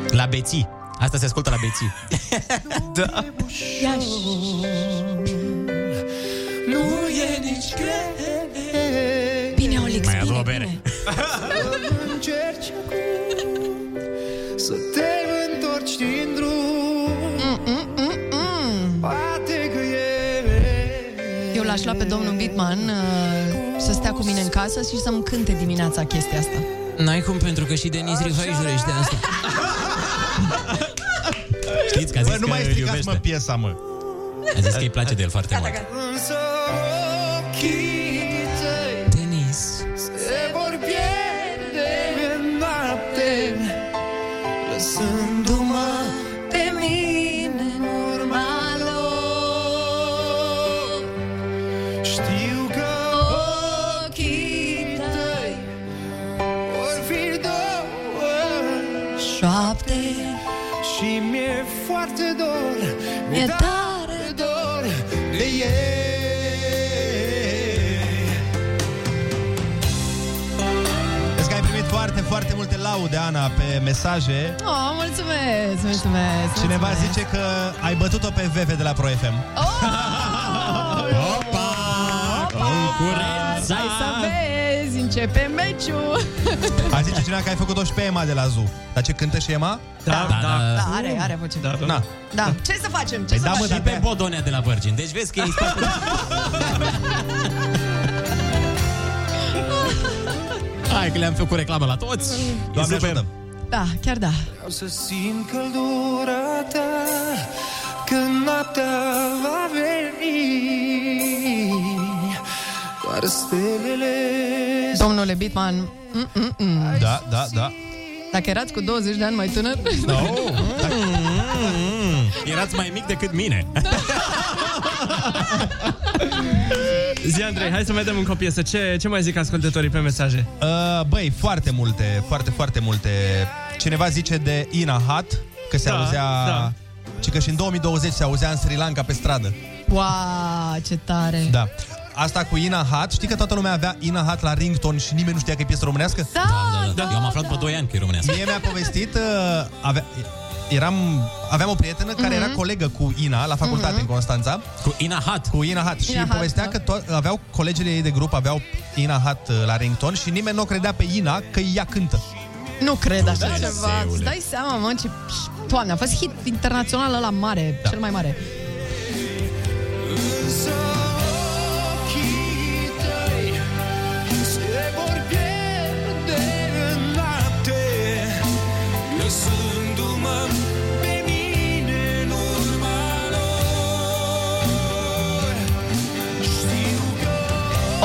S8: La beții. Asta se ascultă la beții. da.
S14: Nu e nici greu
S8: ia o bere.
S14: Încerci acum Să te întorci din drum Poate că
S9: Eu l-aș lua pe domnul Bitman uh, să stea cu mine în casă și să-mi cânte dimineața chestia asta.
S1: N-ai cum, pentru că și Denis Rifai jurește asta.
S8: Știți că a zis
S7: Bă, nu
S8: că
S7: mai
S8: îl
S7: stricați,
S8: iubește.
S7: mă, piesa, mă.
S8: A zis că îi place de el foarte mult.
S14: Însă ochii tăi Denis Se vor pierde în noapte Lăsându-mă pe mine în urma lor Știu că ochii tăi Vor fi două șoapte Și mi-e foarte dor Mi-e tare dor de ei
S7: Vezi că ai primit foarte, foarte multe laude, Ana, pe mesaje.
S9: Oh, mulțumesc, mulțumesc.
S7: Cineva
S9: mulțumesc.
S7: zice că ai bătut-o pe Veve de la Pro FM.
S14: Opa!
S9: Concurența! Hai să vezi, începe
S8: Uh,
S9: meciul.
S7: A zice cineva că ai făcut-o și pe Ema de la Zoo. Dar ce cântă și Ema?
S8: Da, da, da.
S9: Da, are, are voce.
S7: Da, da. Na.
S9: Da, ce să facem? Ce
S8: Păi
S9: să
S8: da, mă,
S9: facem?
S8: și pe Bodonea de la Virgin. Deci vezi că e spațiu.
S9: Oh,
S8: Hai că le-am făcut reclamă la toți. Doamne ajută.
S9: Da, chiar da.
S14: Vreau să simt căldura ta Când noaptea va veni Doar stelele
S9: Domnule Bitman, mm-mm-mm.
S7: Da, da, da.
S9: dacă erați cu 20 de ani mai tânăr...
S8: Da. Mm-hmm. Erați mai mic decât mine.
S10: Zi, Andrei, hai să vedem încă o piesă. Ce, ce mai zic ascultătorii pe mesaje?
S7: Uh, băi, foarte multe, foarte, foarte multe. Cineva zice de Ina Hat, că se
S10: Da,
S7: auzea...
S10: da.
S7: Ci că și în 2020 se auzea în Sri Lanka pe stradă.
S9: Wow, ce tare!
S7: Da. Asta cu Ina Hat, știi că toată lumea avea Ina Hat la rington și nimeni nu știa că e piesă românească?
S9: Da, da,
S8: da. Eu am aflat pe 2 ani că e românească.
S7: Mie mi-a povestit, uh, avea, eram, aveam o prietenă care
S8: Mhm.
S7: era colegă cu Ina la facultate în Constanța.
S8: Cu Ina Hat.
S7: Cu Ina Hat. și
S8: Mhm. Ina Hat,
S7: povestea că
S8: da.
S7: to- aveau colegele ei de grup, aveau Ina Hat uh, la rington și nimeni nu o credea pe Ina că ea cântă.
S9: Nu cred așa
S7: Dumnezeule.
S9: ceva. Îți dai seama, mă, ce... Toamne, a fost hit internațional la mare, da. cel mai mare.
S14: Însă ochii tăi Se vor pierde în noapte Lăsându-mă pe mine în urma lor Știu că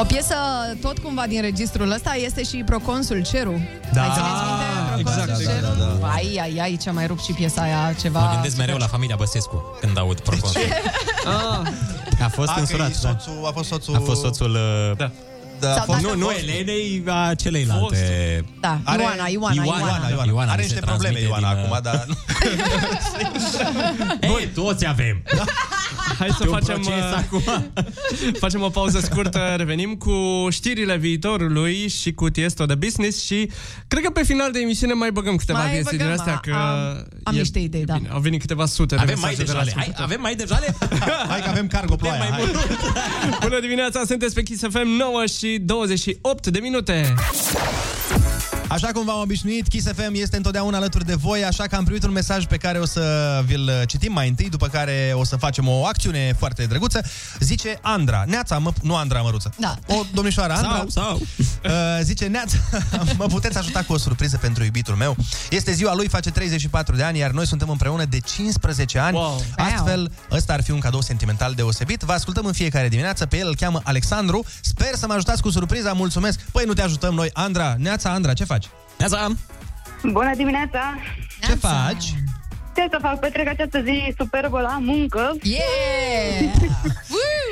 S9: O piesă tot cumva din registrul ăsta este și Proconsul Ceru.
S8: Da.
S9: Ai țineți minte? Proconsul
S8: Exact, exact,
S9: Ceru?
S8: da, da, da.
S9: Ai, ai, ai, ce mai rupt și piesa aia ceva.
S8: Mă gândesc mereu la familia Băsescu când aud proconsul.
S9: Ah.
S8: A fost însurat, da.
S7: A fost soțul...
S8: A fost soțul... uh,
S7: Da,
S9: Sau
S8: fost,
S9: dacă
S8: nu, nu
S9: fost-
S8: Elenei, a celeilalte.
S9: Da, Are- Ioana, Ioana, Ioana. Ioana, Ioana.
S7: Are niște probleme, Ioana,
S8: uh,
S7: acum, dar...
S8: Noi toți avem.
S10: Hai să
S8: E un
S10: facem,
S8: proces
S10: uh, facem o pauză scurtă, revenim cu știrile viitorului și cu Tiesto de Business și cred că pe final de emisiune mai băgăm câteva
S9: Mai
S10: piese din
S9: băgăm,
S10: astea
S9: a-
S10: că
S9: am- am
S10: e
S9: niște idei, da.
S10: bine. Au venit câteva sute de
S8: Avem mai
S10: mesaje de la
S8: dejale. Hai,
S10: ascultători.
S8: avem mai dejale?
S7: Hai că avem cargo ploaia.
S8: Mai mult.
S10: Bună dimineața, sunteți pe Kiss FM 9 și 28 de minute.
S7: Așa cum v-am obișnuit, Kiss FM este întotdeauna alături de voi, așa că am primit un mesaj pe care o să vi-l citim mai întâi, după care o să facem o acțiune foarte drăguță. Zice Andra, Neața, mă, nu Andra Măruță,
S9: da.
S7: o domnișoară Andra,
S8: Sau, sau.
S7: Uh, zice Neața, mă puteți ajuta cu o surpriză pentru iubitul meu? Este ziua lui, face 34 de ani, iar noi suntem împreună de 15 ani, wow. astfel ăsta ar fi un cadou sentimental deosebit. Vă ascultăm în fiecare dimineață, pe el îl cheamă Alexandru, sper să mă ajutați cu surpriza, mulțumesc. Păi nu te ajutăm noi, Andra, Neața, Andra, ce faci?
S8: Neața!
S15: Bună dimineața!
S7: Ce faci?
S15: Ce să fac? Petrec această zi superbă la muncă.
S9: Yeah!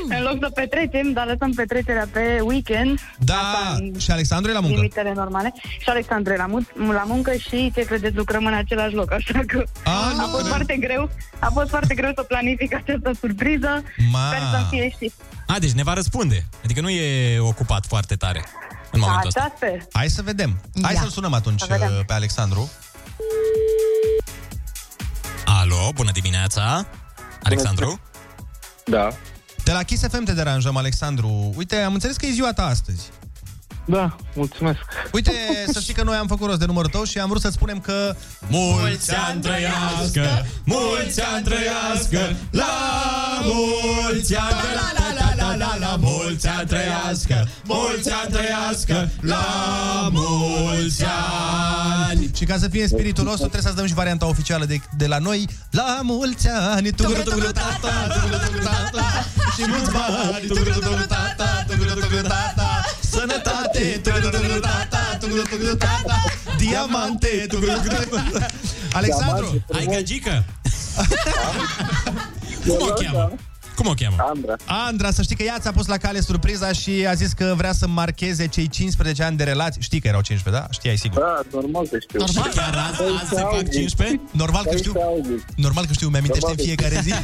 S15: în loc să petrecem, dar lăsăm petrecerea pe weekend.
S7: Da, și Alexandru e la muncă.
S15: Limitele normale. Și Alexandru e la, mun- la muncă și, ce credeți, lucrăm în același loc, așa că
S7: Ah,
S15: a, fost foarte greu. A fost foarte greu să planific această surpriză.
S8: Ma.
S15: Sper să fie și
S8: A, deci ne va răspunde. Adică nu e ocupat foarte tare în momentul ăsta.
S15: asta. Sper.
S7: Hai să vedem. Hai
S15: Ia.
S7: să-l sunăm atunci
S15: Să vedem.
S7: uh, pe Alexandru.
S8: Alo, bună dimineața! Alexandru?
S7: Da. De la Kiss FM te deranjăm, Alexandru. Uite, am înțeles că e ziua ta astăzi. Da, mulțumesc. Uite, să știi că noi am făcut rost de numărul tău și am vrut să spunem că...
S14: Mulți ani trăiască, mulți ani trăiască, la mulți ani, la la la la la la, mulți ani trăiască, mulți ani trăiască, la mulți ani.
S7: Și ca să fie în spiritul nostru, trebuie să-ți dăm și varianta oficială de, de la noi. La mulți ani, tu tata, și mulți bani, tu tata, tu tata, sănătate, tu tata, tu tata, diamante, tu Alexandru,
S8: ai gagică? Cum o cheamă? Cum o cheamă?
S7: Da, Andra. Andra, să știi că ea ți-a pus la cale surpriza și a zis că vrea să marcheze cei 15 ani de relație. Știi că erau 15, da? Știai sigur.
S17: Da, normal că știu. Păi,
S7: Normal? Păi, Chiar azi- azi se fac 15? Normal că știu. Normal că știu, mi-amintește în fiecare zi.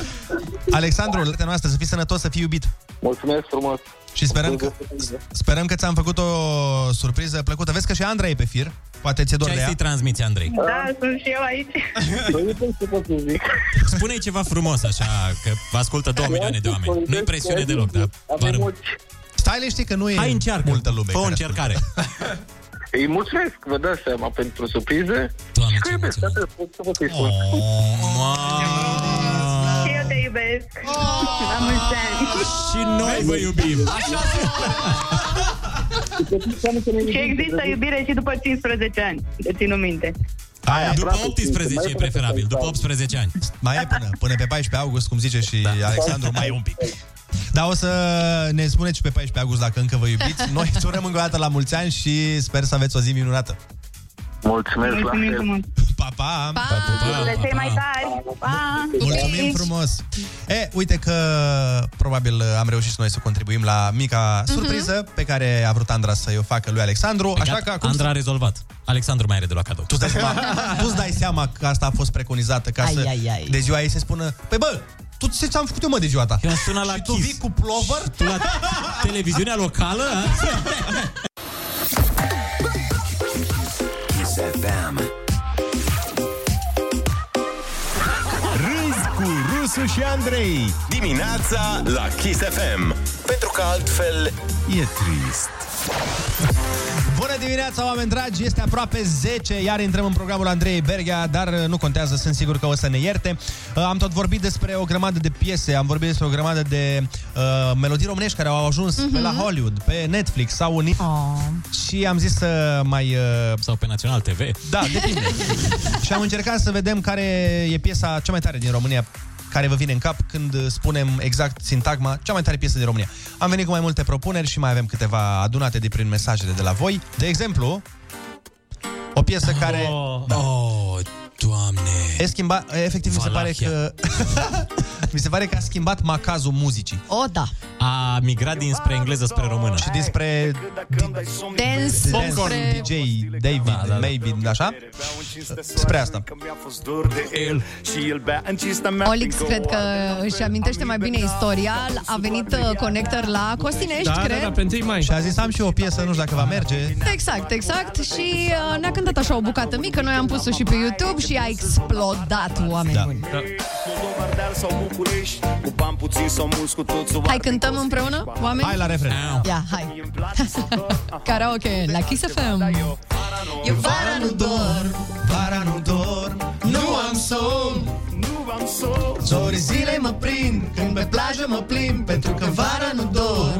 S7: Alexandru, la noastră, să fii sănătos, să fii iubit.
S17: Mulțumesc frumos.
S7: Și sperăm că, sperăm că ți-am făcut o surpriză plăcută. Vezi că și Andra e pe fir. Poate ți-e dor
S8: Ce
S7: de
S8: ai
S7: ea.
S8: să-i transmiți, Andrei?
S15: Da, sunt și eu aici.
S8: Spune-i ceva frumos, așa, că vă ascultă 2 milioane de oameni. Nu-i presiune deloc, dar... doar-
S7: Stai liniștit că nu e Hai, încearcă. multă lume.
S8: Fă o
S7: care
S8: încercare.
S17: Îi mulțumesc, vă dați seama, pentru surprize.
S8: Doamne,
S17: ce iubesc, atât pot să
S9: Oh.
S17: vă să-i spun.
S15: Și eu te iubesc. La mulți ani.
S8: Și noi vă iubim. Așa
S15: Și există iubire și după 15 ani, de ținut minte.
S7: Aia,
S8: după 18 e preferabil, după 18 ani.
S7: Mai e până, până pe 14 august, cum zice și da. Alexandru, mai e un pic. Dar o să ne spuneți și pe 14 august dacă încă vă iubiți. Noi îți urăm încă o dată la mulți ani și sper să aveți o zi minunată.
S17: Mulțumesc, la
S7: Mulțumim
S17: fel.
S7: frumos. Pa, pa! Pa!
S15: Cele cei mai tari. Pa! Deci-
S7: Mulțumim frumos! E, uite că probabil am reușit și noi să contribuim la mica
S8: Mhm.
S7: surpriză pe care a vrut Andra să-i o facă lui Alexandru. Așa că acum
S8: Păi Andra a rezolvat. Alexandru mai are de luat cadou.
S7: Tu îți dai seama, tu îți dai seama că asta a fost preconizată ca
S8: Ai,
S7: să
S8: ai, ai.
S7: de ziua ei se spună, păi bă, tu ce ți-am făcut eu mă de ziua ta?
S8: Eu sunat la
S7: și tu vii cu plover?
S8: Tu la televiziunea locală?
S14: Kiss FM.
S6: Râzi cu Rusu și Andrei Dimineața la Kiss FM Pentru că altfel e trist
S7: Bună dimineața, oameni dragi! Este aproape 10, iar intrăm în programul Andrei Berghea, dar uh, nu contează, sunt sigur că o să ne ierte. Uh, Am tot vorbit despre o grămadă de piese, am vorbit despre o grămadă de uh, melodii românești care au ajuns pe la Hollywood, pe Netflix sau în... Și am zis să mai... Uh...
S8: Sau pe Național TV.
S7: Da, depinde. și am încercat să vedem care e piesa cea mai tare din România care vă vine în cap când uh, spunem exact sintagma cea mai tare piesă din România. Am venit cu mai multe propuneri și mai avem câteva adunate de prin mesajele de la voi. De exemplu, o piesă care... Oh, da.
S8: oh doamne!
S7: E schimba... Efectiv, mi se
S8: Valahia.
S7: pare că... mi se pare că a schimbat macazul muzicii.
S9: O, da.
S8: A migrat dinspre engleză spre română.
S7: Și dinspre
S9: Dance.
S7: Popcorn
S9: Spre...
S7: DJ David, da, da, Maybe, așa? Spre asta.
S9: Olix, cred că își amintește mai bine istorial. A venit uh, Connector la Costinești, cred.
S7: Da, pe 1 mai. Și a zis, am și eu o piesă, nu știu dacă va merge.
S9: Exact, exact. Și uh, ne-a cântat așa o bucată mică, noi am pus-o și pe YouTube și a explodat oameni
S7: Da.
S9: buni.
S2: Moldova, sau București Cu bani puțin sau mulți cu toți
S9: Hai, cântăm împreună, oameni?
S7: Hai la refren.
S9: Ia, hai. Karaoke, la Kiss FM. Eu vara nu dor,
S7: vara nu dor,
S14: nu am somn,
S2: nu am somn.
S14: Zorii zilei mă prind, când pe plajă mă plimb, pentru că vara nu dor.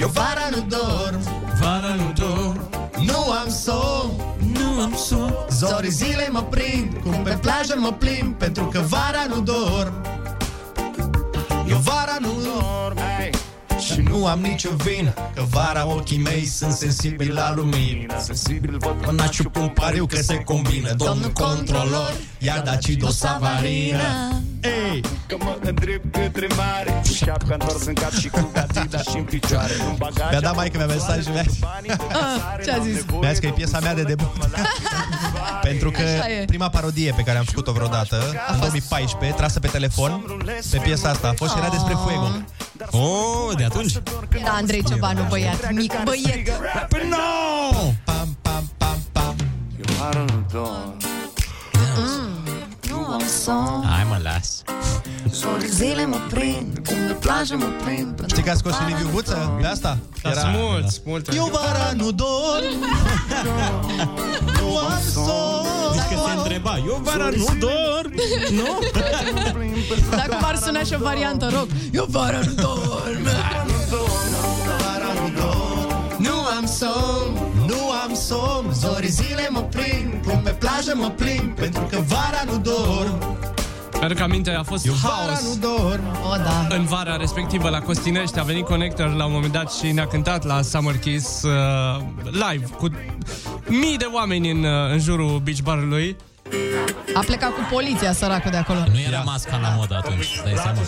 S14: Eu vara nu dor,
S10: Vara nu dor.
S14: nu am somn, nu am somn. Zorii zilei mă prind, cum pe plajă mă plimb, pentru că vara nu dor. Eu vara nu dor, și nu am nicio vină Că vara ochii mei sunt sensibili la lumină Sensibil văd mânaciu cu un pariu că se combină Domnul controlor i-a dat și dosavarină
S7: Ei!
S2: Că mă îndrept către mare Cu șapca întors în cap și cu gatida și în picioare În bagaj
S7: Mi-a dat maică mea mesaj și mi-a
S9: Ce a Ah, zis?
S7: mi-a zis că e piesa mea de debut. Pentru că
S9: Așa e.
S7: prima parodie pe care am făcut-o vreodată, în 2014, trasă pe telefon, pe piesa asta a fost și era despre Fuego.
S9: Ah.
S8: Oh, de atunci?
S9: Era Da, Andrei Ciobanu, băiat mic, băiet.
S8: Păi no!
S2: Eu vara nu dor
S9: Nu
S14: am somn
S8: Hai mă, las.
S14: Zile mă prind, cum de plajă mă prind
S7: Știi că a scos și Liviu Guță pe asta? Era... Mulți,
S10: mulți.
S14: Eu vara nu dorm
S7: Nu am somn
S8: Zici că te întreba, eu vara nu dorm, nu?
S9: Dacă ar suna și o variantă rock Eu vara nu dorm
S14: Nu am somn, nu am somn Zori zile mă prind, cum pe plajă mă plimb Pentru că vara nu dorm
S10: Mi-aduc aminte, a fost Eu haos nu
S7: dorm.
S9: O, da.
S10: În vara respectivă la Costinești a venit Connector la un moment dat și ne-a cântat la Summer Kiss uh, live cu mii de oameni în, uh, în jurul beach barului.
S9: A plecat cu poliția, săracul de acolo
S8: Nu era masca la mod atunci, îți dai seama.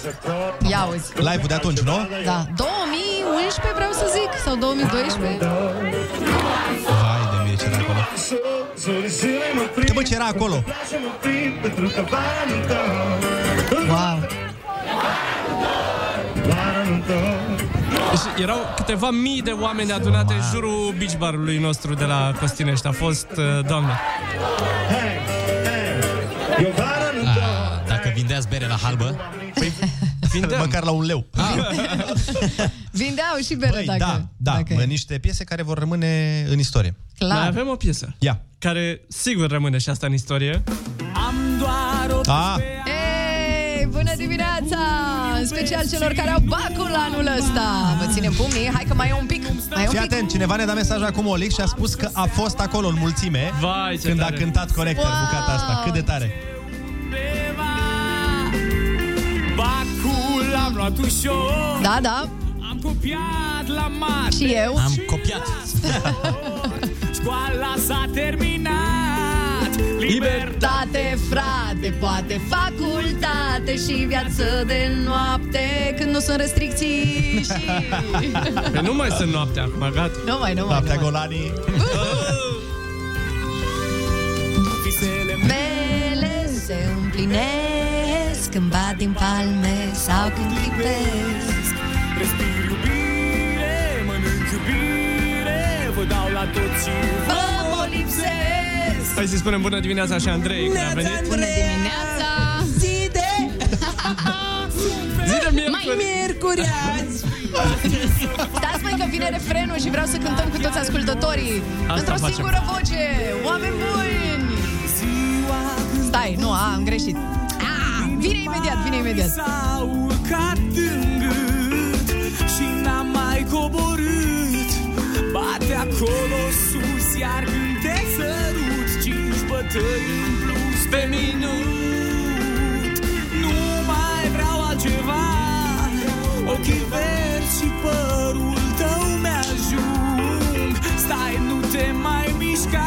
S9: Ia uzi
S7: Live-ul de atunci, nu?
S9: Da, 2011 vreau să zic Sau
S7: Hai
S9: 2012
S7: de mine ce era acolo Uite bă ce era acolo
S9: Wow
S10: Și erau câteva mii de oameni adunate în jurul beach barului nostru de la Costinești. A fost, uh, doamne.
S8: A, dacă Ah, vindeați bere la halbă,
S7: Păi,
S8: Ah,
S10: vindeam.
S7: Măcar la un leu
S9: Vindeau și bere
S7: Băi,
S9: dacă
S7: da, da,
S9: dacă
S7: okay. niște piese care vor rămâne în istorie
S9: Clar.
S10: Mai avem o piesă.
S7: Ia.
S10: Care sigur rămâne și asta în istorie.
S14: Am doar o
S7: ah.
S9: Ei, bună dimineața! În special celor care au bacul anul ăsta Vă ținem pumnii, hai că mai e un pic Mai e un
S7: Fii
S9: pic
S7: atent, cineva ne-a dat mesaj acum Olic și a spus că a fost acolo în mulțime
S10: Vai, ce
S7: când
S10: tare.
S7: a cântat Connector
S9: Wow.
S7: bucata asta. Cât de tare!
S14: Bacul am luat ușor
S9: Da, da,
S14: Am copiat la mare
S9: și eu
S8: am copiat.
S14: Școala s-a terminat Liber
S9: Libertate, frate, poate facultate și viață de noapte Când nu sunt restricții și...
S10: Că nu mai sunt noaptea acum, gata.
S9: Nu mai, nu mai, nu
S7: Noaptea
S9: mai.
S7: Golanii
S9: Mele se împlinesc când bat din palme sau când clipesc
S14: Respir iubire, mănânc iubire Vă dau la toți și
S9: Vă mă lipsesc
S10: Hai să-i spunem bună dimineața și Andrei când a venit.
S9: Bună dimineața!
S14: Zi de
S10: Zi de miercuri.
S14: miercuri azi
S9: Stați mai că vine refrenul și vreau să cântăm cu toți ascultătorii Într-o
S10: facem.
S9: singură voce, oameni buni! Stai, nu, a, am greșit Ah, Vine imediat, vine imediat
S14: S-a urcat în gât Și n-a mai coborât Bate acolo sus Iar când te sărut Cinci bătăi în plus pe minut Nu mai vreau altceva Ochii verzi și părul tău mi-ajung Stai, nu te mai mișca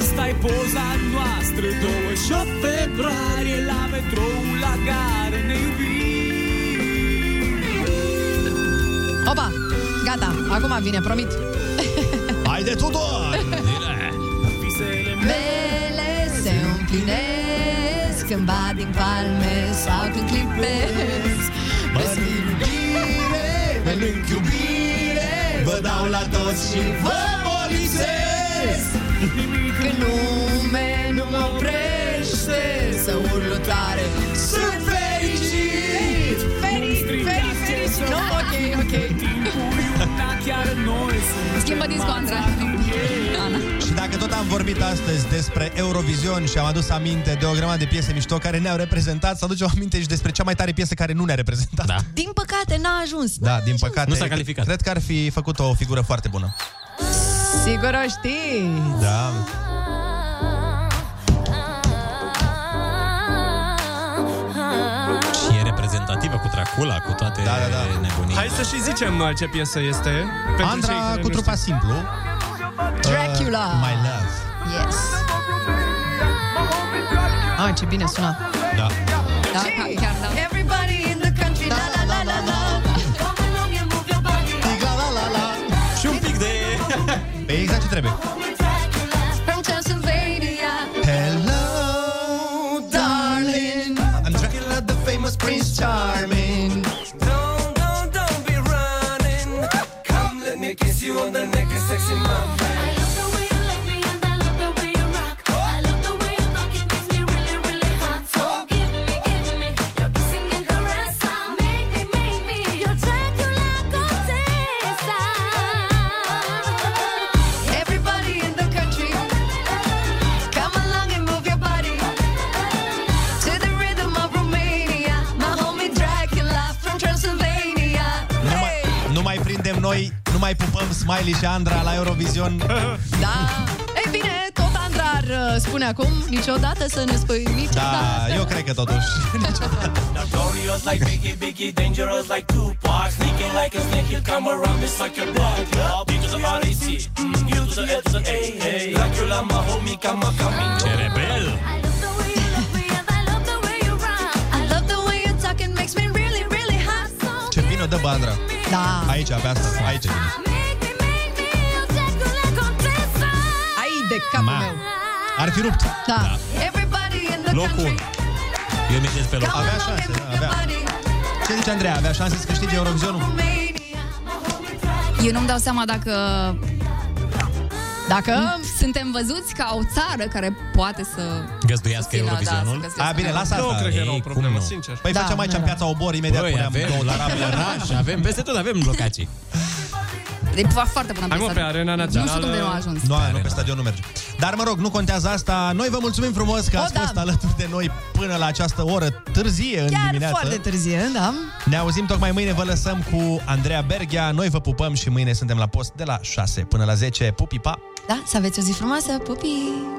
S14: asta e poza noastră 28 februarie la metrou, la gară ne iubim
S9: Opa, gata, acum vine, promit
S7: Haide Tudor!
S14: Visele
S9: Mele se împlinesc Când bat din palme sau când clipesc Respir iubire
S14: mănânc iubire Vă dau la toți și vă molisesc
S9: Când nume nu mă oprește Să urlu tare
S14: Sunt fericit
S9: Feri, feri, feri No, ok, ok
S14: Chiar noi suntem
S9: Schimbă disco, Andra Ana.
S7: Și dacă tot am vorbit astăzi despre Eurovision și am adus aminte de o grămadă de piese mișto care ne-au reprezentat, să aducem aminte și despre cea mai tare piesă care nu ne-a reprezentat. Da,
S9: Din păcate n-a ajuns
S7: da din păcate.
S8: Nu s-a calificat.
S7: Cred că ar fi făcut o figură foarte bună.
S9: Sigur o știi
S7: Da.
S8: Și e reprezentativă cu Dracula, cu toate da, da, da. nebunii.
S10: Hai să și zicem uh, ce piesă este. pentru cei care
S7: Andra
S10: nu
S7: cu trupa
S10: știu.
S7: simplu.
S9: Dracula.
S7: Uh, my love.
S9: Yes Ah, ce bine sună
S7: Da.
S9: da, chiar, da. Everybody in the country La la la la la
S7: Tiga, la, la, la.
S8: Și un pic de...
S7: Pe exact ce trebuie.
S9: From Transylvania
S7: Hello,
S9: darling.
S7: I'm Dracula, the famous Prince Charming.
S14: Don't, don't, don't be running Come let me kiss you on the neck and sexy mama
S12: I love the way you like me and I love the way you rock. I love the way you rock, it makes me really, really hot.
S7: mai pupăm Smiley și Andra la Eurovision.
S9: Da. Ei bine, tot Andra ar uh, spune acum, niciodată să ne spui niciodată.
S7: Da, eu cred că totuși.
S14: Notorious like Biggie, Biggie, dangerous like Tupac. Sneaking like a snake, he'll come around and suck your blood. Up to the RAC, mm, you to the L to the A. Hey, Dracula, my homie, come on, come on. Ce rebel!
S9: I love the way you talk, it makes me really, really hot.
S7: Ce bine o dă Bandra.
S9: Da.
S7: Aici, abia asta. Aici.
S9: Ai de capul
S7: Ma.
S9: meu.
S7: Ar fi rupt. Da.
S9: Da. Everybody in the
S7: Locul
S9: country.
S7: unu.
S8: Eu mi pe loc.
S7: Avea șanse, da, avea. Ce zice Andreea? Avea șanse să câștige Eurovizionul?
S25: Eu nu-mi dau seama dacă... Dacă suntem văzuți ca o țară care poate să...
S8: Găzduiască
S25: Susțină, da, să
S8: Eurovizionul.
S25: găzduiască A, bine, lasă
S7: asta. Nu cred că era o problemă,
S8: sincer.
S7: Păi da, făceam aici în piața Obor, imediat
S8: Băi,
S7: puneam
S8: avem
S7: două
S8: la
S7: tarabele.
S8: Raș, avem peste tot, avem locații.
S25: E Deci foarte bună piesă. Nu știu unde nu a ajuns.
S7: Nu, nu, pe stadion nu merge. Dar mă rog, nu contează asta. Noi vă mulțumim frumos că ați fost alături de noi până la această oră târzie în
S9: Chiar
S7: dimineață.
S9: foarte târziu, da.
S7: Ne auzim tocmai mâine, vă lăsăm cu Andreea Berghea. Noi vă pupăm și mâine suntem la post de la 6 până la 10. Pupi, pa!
S9: Da, să aveți o zi frumoasă, pupii!